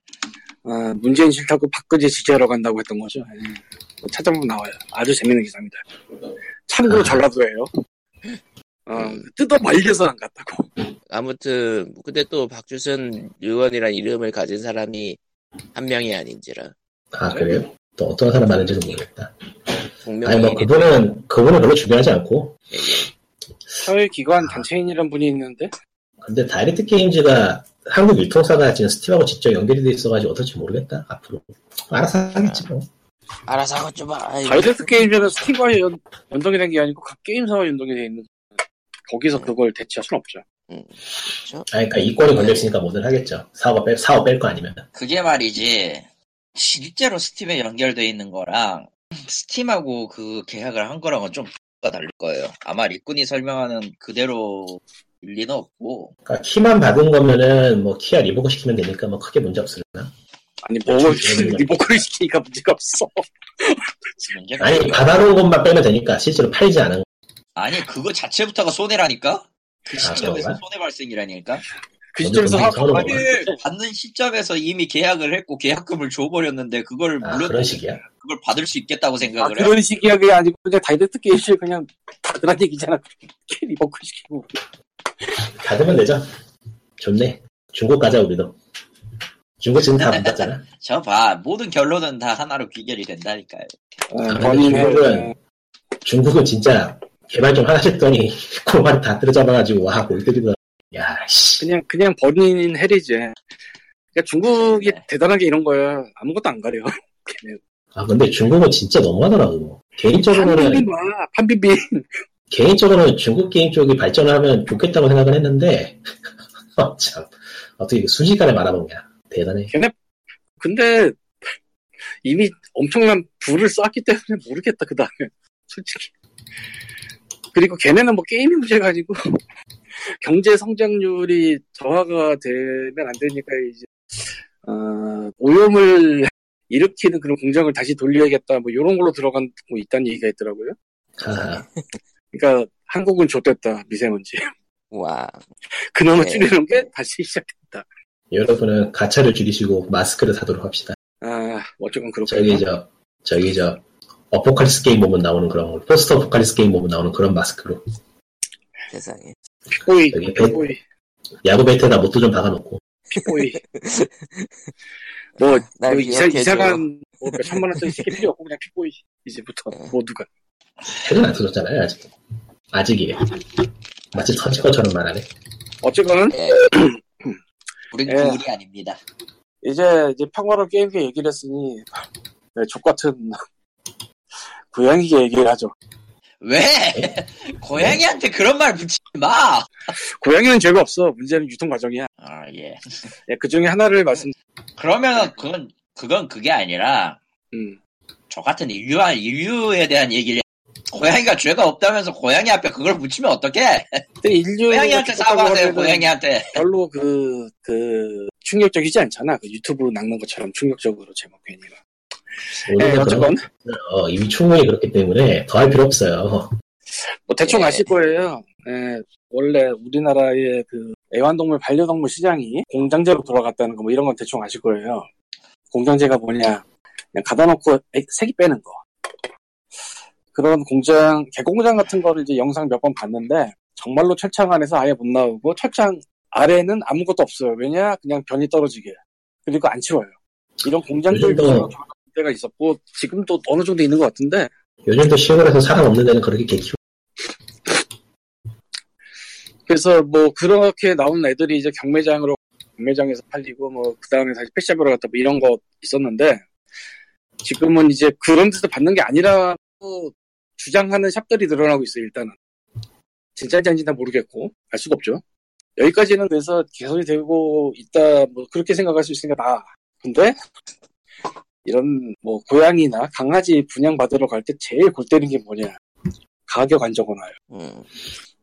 Speaker 2: 어, 문재인 싫다고 박근혜 지지하러 간다고 했던 거죠. 예. 그거 찾아보면 나와요. 아주 재밌는 기사입니다. 참고로
Speaker 4: 아.
Speaker 2: 전라도예요. 어, 뜯어 말려서 안 갔다고.
Speaker 1: 아무튼 근데 또 박주선 의원이란 이름을 가진 사람이 한 명이 아닌지라
Speaker 4: 아, 그래요? 또 어떤 사람 많은지는 모르겠다. 아니, 뭐
Speaker 1: 분명히
Speaker 4: 그분은, 그분은 별로 중요하지 않고.
Speaker 1: 예, 예.
Speaker 2: 사회기관 단체인이라는 분이 있는데
Speaker 4: 근데 다이렉트 게임즈가 한국 유통사가 지금 스팀하고 직접 연결이 돼 있어가지고 어떨지 모르겠다, 앞으로. 알아서 하겠지, 뭐.
Speaker 1: 알아서 하고 좀봐
Speaker 2: 다이렉트 게임에는 스팀과 연, 연동이 된 게 아니고 각 게임사와 연동이 돼 있는 거기서 그걸 대체할 순 없죠.
Speaker 4: 아니, 그러니까 이권이 걸려있으니까 뭐든 하겠죠. 사업 뺄, 사업 뺄 거 아니면.
Speaker 3: 그게 말이지 실제로 스팀에 연결돼 있는 거랑 스팀하고 그 계약을 한 거랑은 좀 가 다를 거예요. 아마 리꾼이 설명하는 그대로 일리는 없고
Speaker 4: 그러니까 키만 받은 거면은 뭐 키야 리버거 시키면 되니까 뭐 크게 문제 없으려나?
Speaker 2: 아니 뭐
Speaker 4: 그렇죠.
Speaker 2: 리모컨을 시키니까 문제가 없어.
Speaker 3: 문제가
Speaker 4: 아니
Speaker 3: 있어요.
Speaker 4: 받아놓은 것만 빼면 되니까 실제로 팔지 않은 거.
Speaker 3: 아니 그거 자체부터가 손해라니까 그
Speaker 4: 아,
Speaker 3: 시점에서
Speaker 4: 그런가?
Speaker 3: 손해 발생이라니까 예.
Speaker 2: 그 시점에서
Speaker 4: 완전
Speaker 2: 하고
Speaker 4: 서러운
Speaker 2: 아니,
Speaker 4: 거야.
Speaker 3: 받는 시점에서 이미 계약을 했고 계약금을 줘버렸는데 그걸
Speaker 4: 아
Speaker 3: 물론
Speaker 4: 그런 식이야?
Speaker 3: 그걸 받을 수 있겠다고
Speaker 2: 아,
Speaker 3: 생각을 해요.
Speaker 2: 그런 식이야 그게 아니고 그냥 다이렉트 게임을 그냥 받으란 얘기잖아. 캐리 먹고 시키고.
Speaker 4: 받으면 되죠. 좋네. 중국 가자 우리도. 중국 지금 다 안 받잖아.
Speaker 3: 저봐 모든 결론은 다 하나로 귀결이 된다니까요.
Speaker 4: 아,
Speaker 2: 본인
Speaker 4: 중국은 중국은 진짜 개발 좀 하셨더니 그 고만 다 들어잡아가지고 와골 때리더라. 야씨.
Speaker 2: 그냥 그냥 본인 해리지. 그러니까 중국이
Speaker 3: 네.
Speaker 2: 대단한 게 이런 거예요. 아무것도 안 가려. 걔네.
Speaker 4: 아 근데 중국은 진짜 너무하더라고. 개인적으로는
Speaker 2: 판비빔 와, 판비빔.
Speaker 4: 개인적으로는 중국 게임 쪽이 발전을 하면 좋겠다고 생각을 했는데 어, 참 어떻게 이거 순식간에 말아먹냐 대단해.
Speaker 2: 근데 이미 엄청난 불을 쐈기 때문에 모르겠다 그 다음에 솔직히 그리고 걔네는 뭐 게임이 문제가 아니고 경제 성장률이 저하가 되면 안 되니까 이제 어, 오염을 일으키는 그런 공장을 다시 돌려야겠다 뭐 이런 걸로 들어간 거 있다는 얘기가 있더라고요.
Speaker 4: 아,
Speaker 2: 그러니까 한국은 좆됐다 미세먼지
Speaker 1: 와.
Speaker 2: 그나마
Speaker 1: 네.
Speaker 2: 줄이는 게 다시 시작됐다.
Speaker 4: 여러분은 가차를 줄이시고 마스크를 사도록 합시다.
Speaker 2: 아 어쨌건
Speaker 4: 저기
Speaker 2: 그렇군요.
Speaker 4: 저 저기 저 어포칼리스 게임 보면 나오는 그런 걸 포스터 어포칼리스 게임 보면 나오는 그런 마스크로
Speaker 1: 세상에.
Speaker 2: 꼬이
Speaker 4: 저기 배-
Speaker 2: 꼬이
Speaker 4: 야구 배트에다 못도 좀 박아놓고
Speaker 2: 오이. 뭐,
Speaker 1: 날
Speaker 2: 뭐 이사,
Speaker 1: 아, 기억해줘.
Speaker 2: 이사간 뭐 몇천만 원짜리 시계 필요 없고 그냥 픽보이 이제부터
Speaker 1: 네.
Speaker 2: 뭐 누가
Speaker 4: 해는 안 터졌잖아요 아직 아직이에요. 마치 터질 것처럼 말하네.
Speaker 2: 어쨌거나
Speaker 1: 예.
Speaker 3: 우린
Speaker 2: 예.
Speaker 3: 구울이 아닙니다.
Speaker 2: 이제 이제 평화로운 게임기 얘기를 했으니 네, 족같은 고양이게 얘기를 하죠
Speaker 3: 왜? 고양이한테 그런 말 붙이지 마!
Speaker 2: 고양이는 죄가 없어 문제는 유통 과정이야
Speaker 3: 아, 예.
Speaker 2: 예, 그중에 하나를 말씀
Speaker 3: 그러면 그건, 그건 그게 아니라,
Speaker 2: 음.
Speaker 3: 저 같은 인류, 인류에 대한 얘기를, 고양이가 죄가 없다면서 고양이 앞에 그걸 붙이면 어떡해?
Speaker 2: 근데 인류
Speaker 3: 고양이한테 사과하세요, 고양이한테.
Speaker 2: 별로 그, 그, 충격적이지 않잖아. 그 유튜브 낚는 것처럼 충격적으로 제목 괜히.
Speaker 4: 우리는
Speaker 2: 예,
Speaker 4: 그런
Speaker 2: 어쨌건,
Speaker 4: 어, 이미 충분히 그렇기 때문에 더 할 필요 없어요.
Speaker 2: 뭐 대충
Speaker 1: 예.
Speaker 2: 아실 거예요. 예, 원래 우리나라의 그 애완동물 반려동물 시장이 공장제로 돌아갔다는 거 뭐 이런 건 대충 아실 거예요. 공장제가 뭐냐? 그냥 가다 놓고 애- 색이 빼는 거. 그런 공장 개공장 같은 거를 이제 영상 몇 번 봤는데 정말로 철창 안에서 아예 못 나오고 철창 아래는 아무것도 없어요. 왜냐? 그냥 변이 떨어지게. 그리고 안 치워요. 이런 공장들도
Speaker 4: 요즘도-
Speaker 2: 돌아간 때가 있었고 지금도 어느 정도 있는 것 같은데
Speaker 4: 요즘도 시골에서 사람 없는 데는 그렇게 개 키워.
Speaker 2: 그래서 뭐 그렇게 나온 애들이 이제 경매장으로 경매장에서 팔리고 뭐 그 다음에 다시 펫샵으로 갔다 뭐 이런 거 있었는데 지금은 이제 그런 데서 받는 게 아니라고 주장하는 샵들이 늘어나고 있어요 일단은 진짜인지 아닌지 는 모르겠고 알 수가 없죠 여기까지는 그래서 개선이 되고 있다 뭐 그렇게 생각할 수 있으니까 나 근데 이런 뭐 고양이나 강아지 분양 받으러 갈 때 제일 골 때리는 게 뭐냐 가격 안정화요
Speaker 1: 음.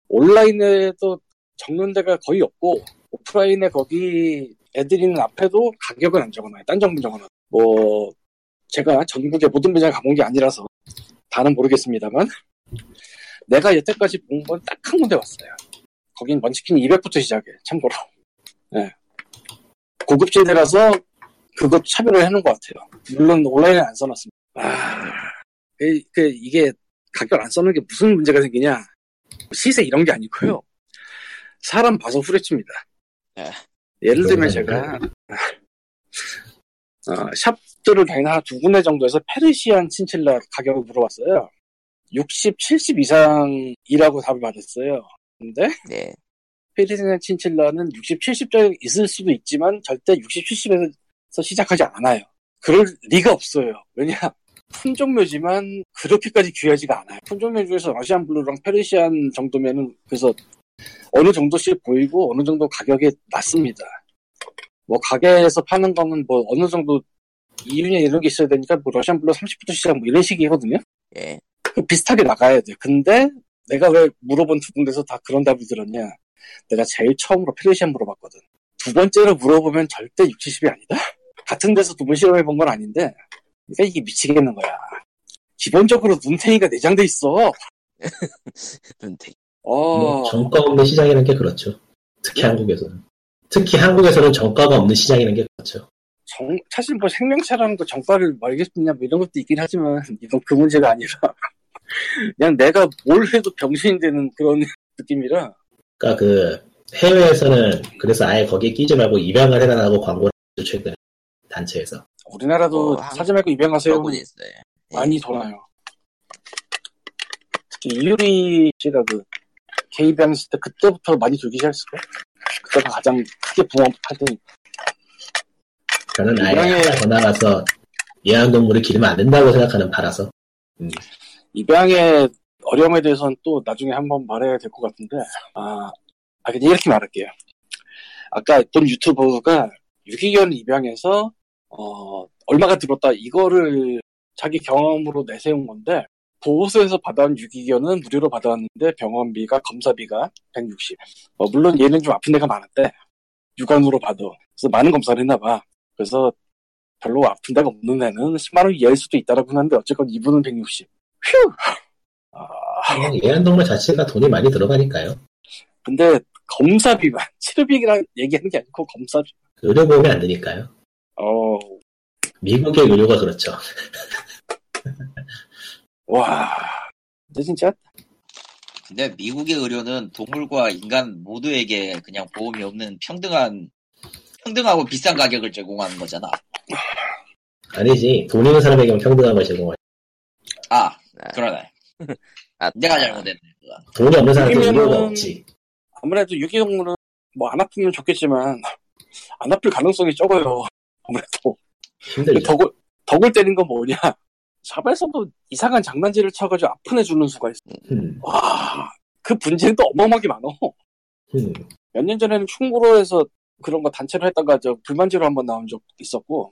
Speaker 2: 온라인에도 적는 데가 거의 없고 오프라인에 거기 애들이 있는 앞에도 가격은 안 적어놔요. 딴 정부 적어놔요. 뭐 제가 전국의 모든 매장 가본 게 아니라서 다는 모르겠습니다만 내가 여태까지 본 건 딱 한 군데 왔어요. 거긴 먼치킨 200부터 시작해. 참고로. 예. 고급지대라서 그것 차별을 해놓은 것 같아요. 물론 온라인에 안 써놨습니다. 아, 그- 그 이게 가격 안 써놓은 게 무슨 문제가 생기냐? 시세 이런 게 아니고요. 사람 봐서 후려칩니다.
Speaker 1: 예.
Speaker 2: 예를 들면
Speaker 4: 너무
Speaker 2: 제가 어, 샵들을 다니는 한두 군데 정도에서 페르시안 친칠라 가격을 물어봤어요. 60, 70 이상이라고 답을 받았어요. 근데
Speaker 1: 네.
Speaker 2: 페르시안 친칠라는 60, 70짜리 있을 수도 있지만 절대 60, 70에서 시작하지 않아요. 그럴 리가 없어요. 왜냐 품종묘지만 그렇게까지 귀하지가 않아요. 품종묘 중에서 러시안 블루랑 페르시안 정도면은 그래서 어느 정도씩 보이고 어느 정도 가격이 낮습니다. 뭐 가게에서 파는 거는 뭐 어느 정도 이윤이 이런 게 있어야 되니까 뭐 러시안 블루 30부터 시작 뭐 이런 식이거든요.
Speaker 1: 예.
Speaker 2: 그 비슷하게 나가야 돼. 근데 내가 왜 물어본 두 군데서 다 그런 답을 들었냐? 내가 제일 처음으로 페르시안 물어봤거든. 두 번째로 물어보면 절대 6, 70이 아니다. 같은 데서 두 번 실험해 본 건 아닌데, 그러니까 이게 미치겠는 거야. 기본적으로 눈탱이가 내장돼 있어.
Speaker 1: 눈탱이.
Speaker 2: 어,
Speaker 4: 뭐 정가 없는 시장이라는 게 그렇죠. 특히 한국에서는. 특히 한국에서는 정가가 없는 시장이라는 게 그렇죠.
Speaker 2: 정- 사실 뭐 생명체라는 거 정가를 말겠느냐 뭐 이런 것도 있긴 하지만 이건 그 문제가 아니라 그냥 내가 뭘 해도 병신이 되는 그런 느낌이라
Speaker 4: 그러니까 그 해외에서는 그래서 아예 거기에 끼지 말고 입양을 해달라고 광고를 했죠, 최근에 단체에서.
Speaker 2: 우리나라도
Speaker 1: 어, 한-
Speaker 2: 사지 말고 입양하세요.
Speaker 1: 그러고 있어요. 예.
Speaker 2: 많이 돌아요. 특히 이유리 씨가 그 개입양 했을 때 그때부터 많이 돌기 시작했을 거야. 그때가 가장 크게 붕어할 때니까.
Speaker 4: 저는 아예
Speaker 2: 이거는-
Speaker 4: 더 나가서 애완동물을 기르면 안 된다고 생각하는 파라서
Speaker 2: 입양의 어려움에 대해서는 또 나중에 한번 말해야 될 것 같은데, 아, 아, 그냥 이렇게 말할게요. 아까 본 유튜버가 유기견 입양해서, 어, 얼마가 들었다, 이거를 자기 경험으로 내세운 건데, 보호소에서 받아온 유기견은 무료로 받아왔는데 병원비가 검사비가 160. 어, 물론 얘는 좀 아픈 데가 많았대. 육안으로 봐도. 그래서 많은 검사를 했나 봐. 그래서 별로 아픈 데가 없는 애는 10만 원 이하일 수도 있다라고 하는데 어쨌건 이분은 160. 휴. 아,
Speaker 4: 그냥 애완동물 자체가 돈이 많이 들어가니까요
Speaker 2: 근데 검사비만 치료비랑 얘기하는 게 아니고 검사비.
Speaker 4: 그 의료보험이 안 되니까요
Speaker 2: 어,
Speaker 4: 미국의 의료가 그렇죠
Speaker 2: 와. 근데 진짜
Speaker 3: 근데 미국의 의료는 동물과 인간 모두에게 그냥 보험이 없는 평등한 평등하고 비싼 가격을 제공하는 거잖아.
Speaker 4: 아니지 돈 있는 사람에게만 평등한 걸 제공할
Speaker 3: 아
Speaker 1: 아,
Speaker 3: 그러네.
Speaker 1: 아,
Speaker 3: 내가 잘못했네. 그건.
Speaker 4: 돈이 없는 사람한테
Speaker 2: 아니면은-
Speaker 4: 의료가 없지
Speaker 2: 아무래도 유기동물은 뭐 안 아프면 좋겠지만 안 아플 가능성이 적어요. 아무래도. 그
Speaker 4: 힘들죠
Speaker 2: 덕을, 덕을 때린 건 뭐냐? 자발성도 이상한 장난질을 쳐가지고 아픈 애 주는 수가 있어.
Speaker 4: 음,
Speaker 2: 와, 그 분쟁도 어마어마하게 많어.
Speaker 4: 음.
Speaker 2: 몇 년 전에는 충고로에서 그런 거 단체로 했다가 저 불만제로 한번 나온 적 있었고,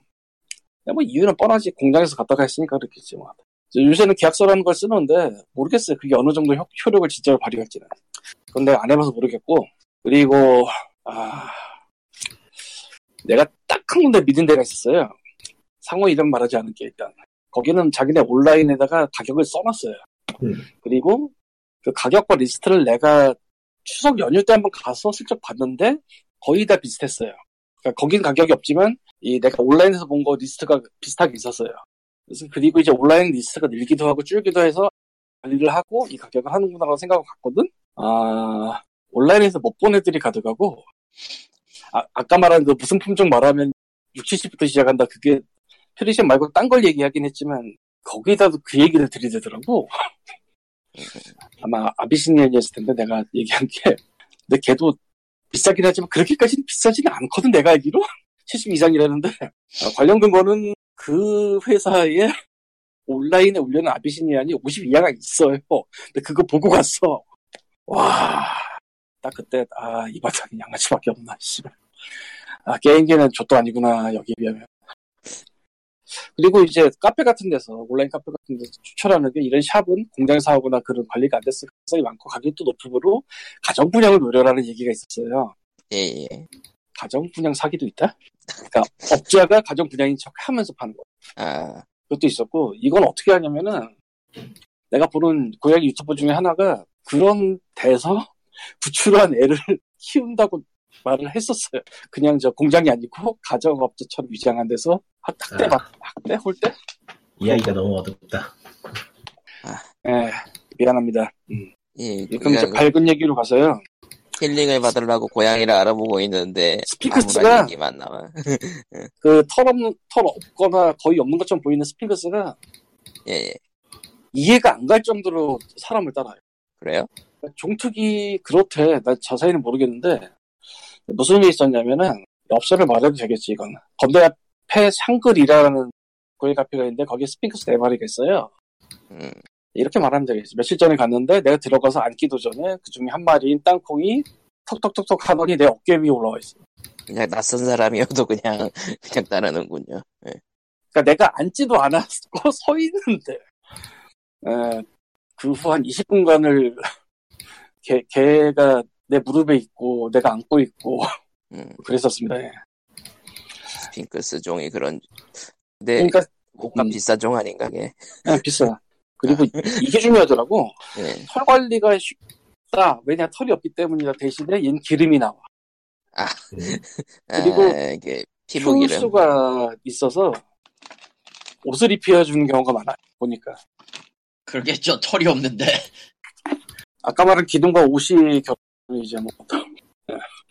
Speaker 2: 근데 뭐 이유는 뻔하지. 공장에서 갖다가 했으니까 그렇겠지 뭐. 이제 요새는 계약서라는 걸 쓰는데 모르겠어요. 그게 어느 정도 효, 효력을 진짜로 발휘할지는. 그건 내가 안 해봐서 모르겠고, 그리고 아, 내가 딱 한 군데 믿은 데가 있었어요. 상호 이름 말하지 않을게 일단. 거기는 자기네 온라인에다가 가격을 써놨어요.
Speaker 4: 음.
Speaker 2: 그리고 그 가격과 리스트를 내가 추석 연휴 때 한번 가서 슬쩍 봤는데 거의 다 비슷했어요. 그러니까 거긴 가격이 없지만 이 내가 온라인에서 본 거 리스트가 비슷하게 있었어요. 그래서 그리고 이제 온라인 리스트가 늘기도 하고 줄기도 해서 관리를 하고 이 가격을 하는구나라고 생각을 갔거든. 아 온라인에서 못 본 애들이 가득하고 아, 아까 말한 그 무슨 품종 말하면 6, 70부터 시작한다 그게 페르시안 말고 딴 걸 얘기하긴 했지만 거기다도 그 얘기를 들이대더라고. 아마 아비시니언이었을 텐데 내가 얘기한 게 근데 걔도 비싸긴 하지만 그렇게까지는 비싸지는 않거든 내가 알기로 70 이상이라는데 아, 관련 근거는 그 회사에 온라인에 올려놓은 아비시니안이 50 이하가 있어요 근데 그거 보고 갔어 와딱 그때 아 이 바닥이 양아치밖에 없나 씨발 아 게임기는 저도 아니구나 여기에 비하면 그리고 이제 카페 같은 데서 온라인 카페 같은 데서 추천하는 게 이런 샵은 공장에서 하거나 그런 관리가 안 됐을 가능성이 많고 가격도 높으므로 가정 분양을 노려라는 얘기가 있었어요.
Speaker 1: 예, 예.
Speaker 2: 가정 분양 사기도 있다? 그러니까 업자가 가정 분양인 척 하면서 파는 거.
Speaker 1: 아,
Speaker 2: 그것도 있었고 이건 어떻게 하냐면은 내가 보는 고양이 유튜버 중에 하나가 그런 데서 구출한 애를 키운다고 말을 했었어요. 그냥 저 공장이 아니고 가정업자처럼 위장한 데서 학- 학대
Speaker 4: 아.
Speaker 2: 막 학대 홀대
Speaker 4: 이야기가 너무 어둡다
Speaker 2: 예, 미안합니다.
Speaker 1: 예.
Speaker 2: 그럼 이제
Speaker 1: 그냥
Speaker 2: 밝은 얘기로 가서요.
Speaker 1: 힐링을 받으려고 고양이를 알아보고 있는데
Speaker 2: 스핑크스가
Speaker 1: 아무런 얘기만 나와.
Speaker 2: 그 털 없는 털 없거나 거의 없는 것처럼 보이는 스핑크스가
Speaker 1: 예, 예.
Speaker 2: 이해가 안 갈 정도로 사람을 따라요.
Speaker 1: 그래요?
Speaker 2: 종특이 그렇대. 나 자세히는 모르겠는데 무슨 일이 있었냐면은 업소를 말해도 되겠지 이건. 건대 앞에 상글이라는 고일 카페가 있는데 거기에 스핑크스 네 마리가 있어요.
Speaker 1: 음,
Speaker 2: 이렇게 말하면 되겠지. 며칠 전에 갔는데 내가 들어가서 앉기도 전에 그 중에 한 마리인 땅콩이 톡톡톡톡 하더니 내 어깨 위에 올라와 있어.
Speaker 1: 그냥 낯선 사람이어도 그냥 그냥 따르는군요. 예.
Speaker 2: 그러니까 내가 앉지도 않았고 서 있는데 그 후 한 20분간을 걔, 걔가 내 무릎에 있고 내가 안고 있고
Speaker 1: 음,
Speaker 2: 그랬었습니다. 예.
Speaker 1: 스핑크스 종이 그런. 근데
Speaker 2: 그러니까
Speaker 1: 고가
Speaker 2: 음.
Speaker 1: 비싼 종 아닌가 게.
Speaker 2: 예, 비싸. 그리고 이게 중요하더라고.
Speaker 1: 예.
Speaker 2: 털 관리가 쉽다. 왜냐 털이 없기 때문이다. 대신에 얘는 기름이 나와. 그리고
Speaker 1: 아, 이게 피부 기름.
Speaker 2: 효수가 있어서 옷을 입혀주는 경우가 많아. 요 보니까
Speaker 3: 그러겠죠. 털이 없는데
Speaker 2: 아까 말한 기둥과 옷이 겹 이제 뭐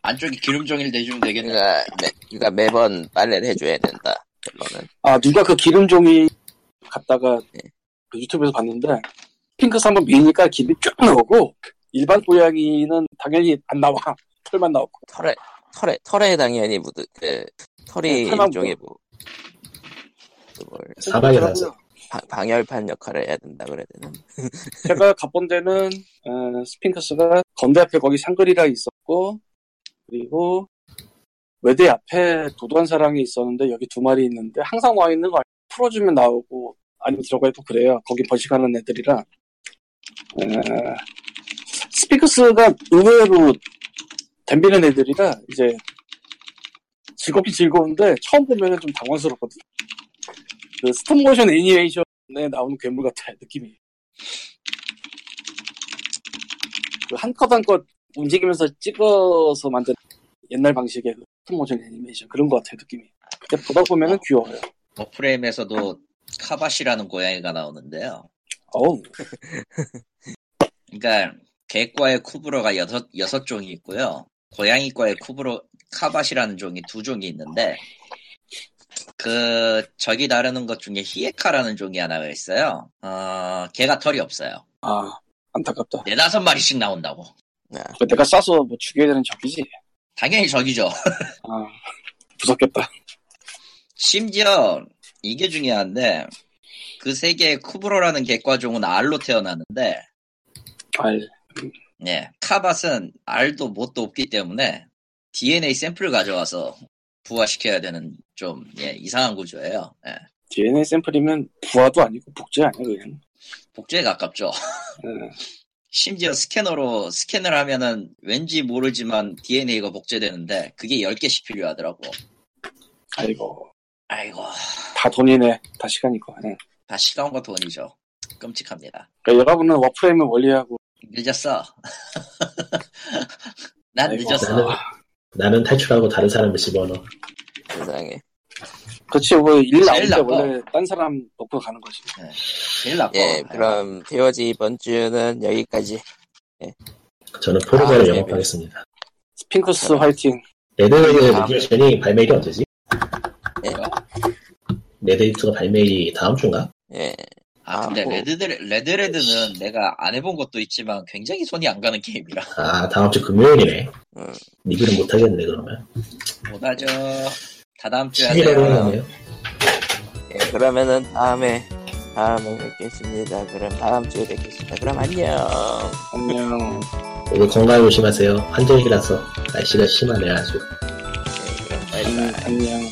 Speaker 3: 안쪽에 기름 종일 내주면 되겠네.
Speaker 1: 그러니까, 매, 그러니까 매번 빨래를 해줘야 된다. 결론은.
Speaker 2: 아 누가 그 기름 종이 갔다가
Speaker 1: 네.
Speaker 2: 그 유튜브에서 봤는데 핑크스 한번 미니까 기름이 쫙 나오고 일반 고양이는 당연히 안 나와 털만 나오고
Speaker 1: 털에 털에 털에 당연히 묻은 그 털이
Speaker 2: 네, 털만
Speaker 1: 일종의 뭐 그걸
Speaker 4: 사방에
Speaker 2: 그러고요.
Speaker 4: 나서
Speaker 1: 방- 방열판 역할을 해야 된다 그래야 되나?
Speaker 2: 제가 가본 데는 어, 스핑크스가 건대 앞에 거기 상거리가 있었고 그리고 외대 앞에 도도한사랑이 있었는데 여기 두 마리 있는데 항상 와 있는 거 알고 풀어주면 나오고 아니면 들어가고 그래요. 거기 번식하는 애들이라 어, 스핑크스가 의외로 덤비는 애들이라 이제 즐겁긴 즐거운데 처음 보면은 좀 당황스럽거든. 그 스톱모션 애니메이션에 나오는 괴물 같아요 느낌이. 한컷한컷 움직이면서 찍어서 만든 옛날 방식의 그 스톱모션 애니메이션 그런 것 같아요 느낌이 근데 보다 보면은 귀여워요
Speaker 3: 어, 어프레임에서도 카바시라는 고양이가 나오는데요.
Speaker 2: 어우
Speaker 3: 그러니까 개과의 쿠브로가 여섯 여섯 종이 있고요. 고양이과의 쿠브로 카바시라는 종이 두 종이 있는데 그 저기 다루는 것 중에 히에카라는 종이 하나가 있어요. 어, 걔가 털이 없어요.
Speaker 2: 아 안타깝다
Speaker 3: 네다섯 마리씩 나온다고.
Speaker 2: 그거 내가 싸서 뭐 죽여야 되는 적이지
Speaker 3: 당연히 적이죠.
Speaker 2: 아 무섭겠다
Speaker 3: 심지어 이게 중요한데 그 세계의 쿠브로라는 개과종은 알로 태어나는데
Speaker 2: 알
Speaker 3: 예, 카밭은 알도 못도 없기 때문에 DNA 샘플을 가져와서 부화시켜야 되는 좀 예, 이상한 구조예요. 예,
Speaker 2: DNA 샘플이면 부하도 아니고 복제 아니야 그냥
Speaker 3: 복제에 가깝죠.
Speaker 2: 음.
Speaker 3: 심지어 스캐너로 스캔을 하면은 왠지 모르지만 DNA가 복제되는데 그게 10개씩 필요하더라고.
Speaker 2: 아이고
Speaker 3: 아이고,
Speaker 2: 다 돈이네 다 시간이고 응.
Speaker 3: 다 시간과 돈이죠. 끔찍합니다.
Speaker 2: 그러니까 여러분은 워프레임을 원리하고
Speaker 3: 늦었어. 난
Speaker 2: 아이고,
Speaker 3: 늦었어.
Speaker 4: 나는 나는 탈출하고 다른 사람을 집어넣어.
Speaker 1: 세상에
Speaker 2: 그렇지 뭐일 나올 때
Speaker 3: 나빠.
Speaker 2: 원래 딴 사람 놓고 가는 거지
Speaker 3: 제일 나빠.
Speaker 2: 어, 네.
Speaker 1: 예 그럼 POG 이번 주는 여기까지
Speaker 4: 저는 포르자를
Speaker 1: 아, 네,
Speaker 4: 영업하겠습니다.
Speaker 2: 스핑크스 화이팅
Speaker 4: 레드웨이의
Speaker 1: 다음.
Speaker 4: 리뷰션이 발매일이 언제지? 네.
Speaker 1: 예.
Speaker 4: 레드웨이트가 발매일이 다음 주인가?
Speaker 1: 예
Speaker 3: 아, 근데
Speaker 1: 아, 뭐.
Speaker 3: 레드, 레드레드는 내가 안 해본 것도 있지만 굉장히 손이 안 가는 게임이라
Speaker 4: 아 다음 주 금요일이네.
Speaker 1: 음.
Speaker 4: 리뷰를 못 하겠네 그러면.
Speaker 3: 못하죠. 다다음 주에
Speaker 4: 11월에
Speaker 3: 하세요.
Speaker 4: 하네요.
Speaker 1: 예, 그러면은 다음에 다음에 뵙겠습니다. 그럼 다음 주에 뵙겠습니다. 그럼 안녕. 네,
Speaker 2: 안녕
Speaker 4: 오늘 건강 조심하세요.
Speaker 2: 음,
Speaker 4: 환절기라서 날씨가 심하네 아주.
Speaker 2: 안녕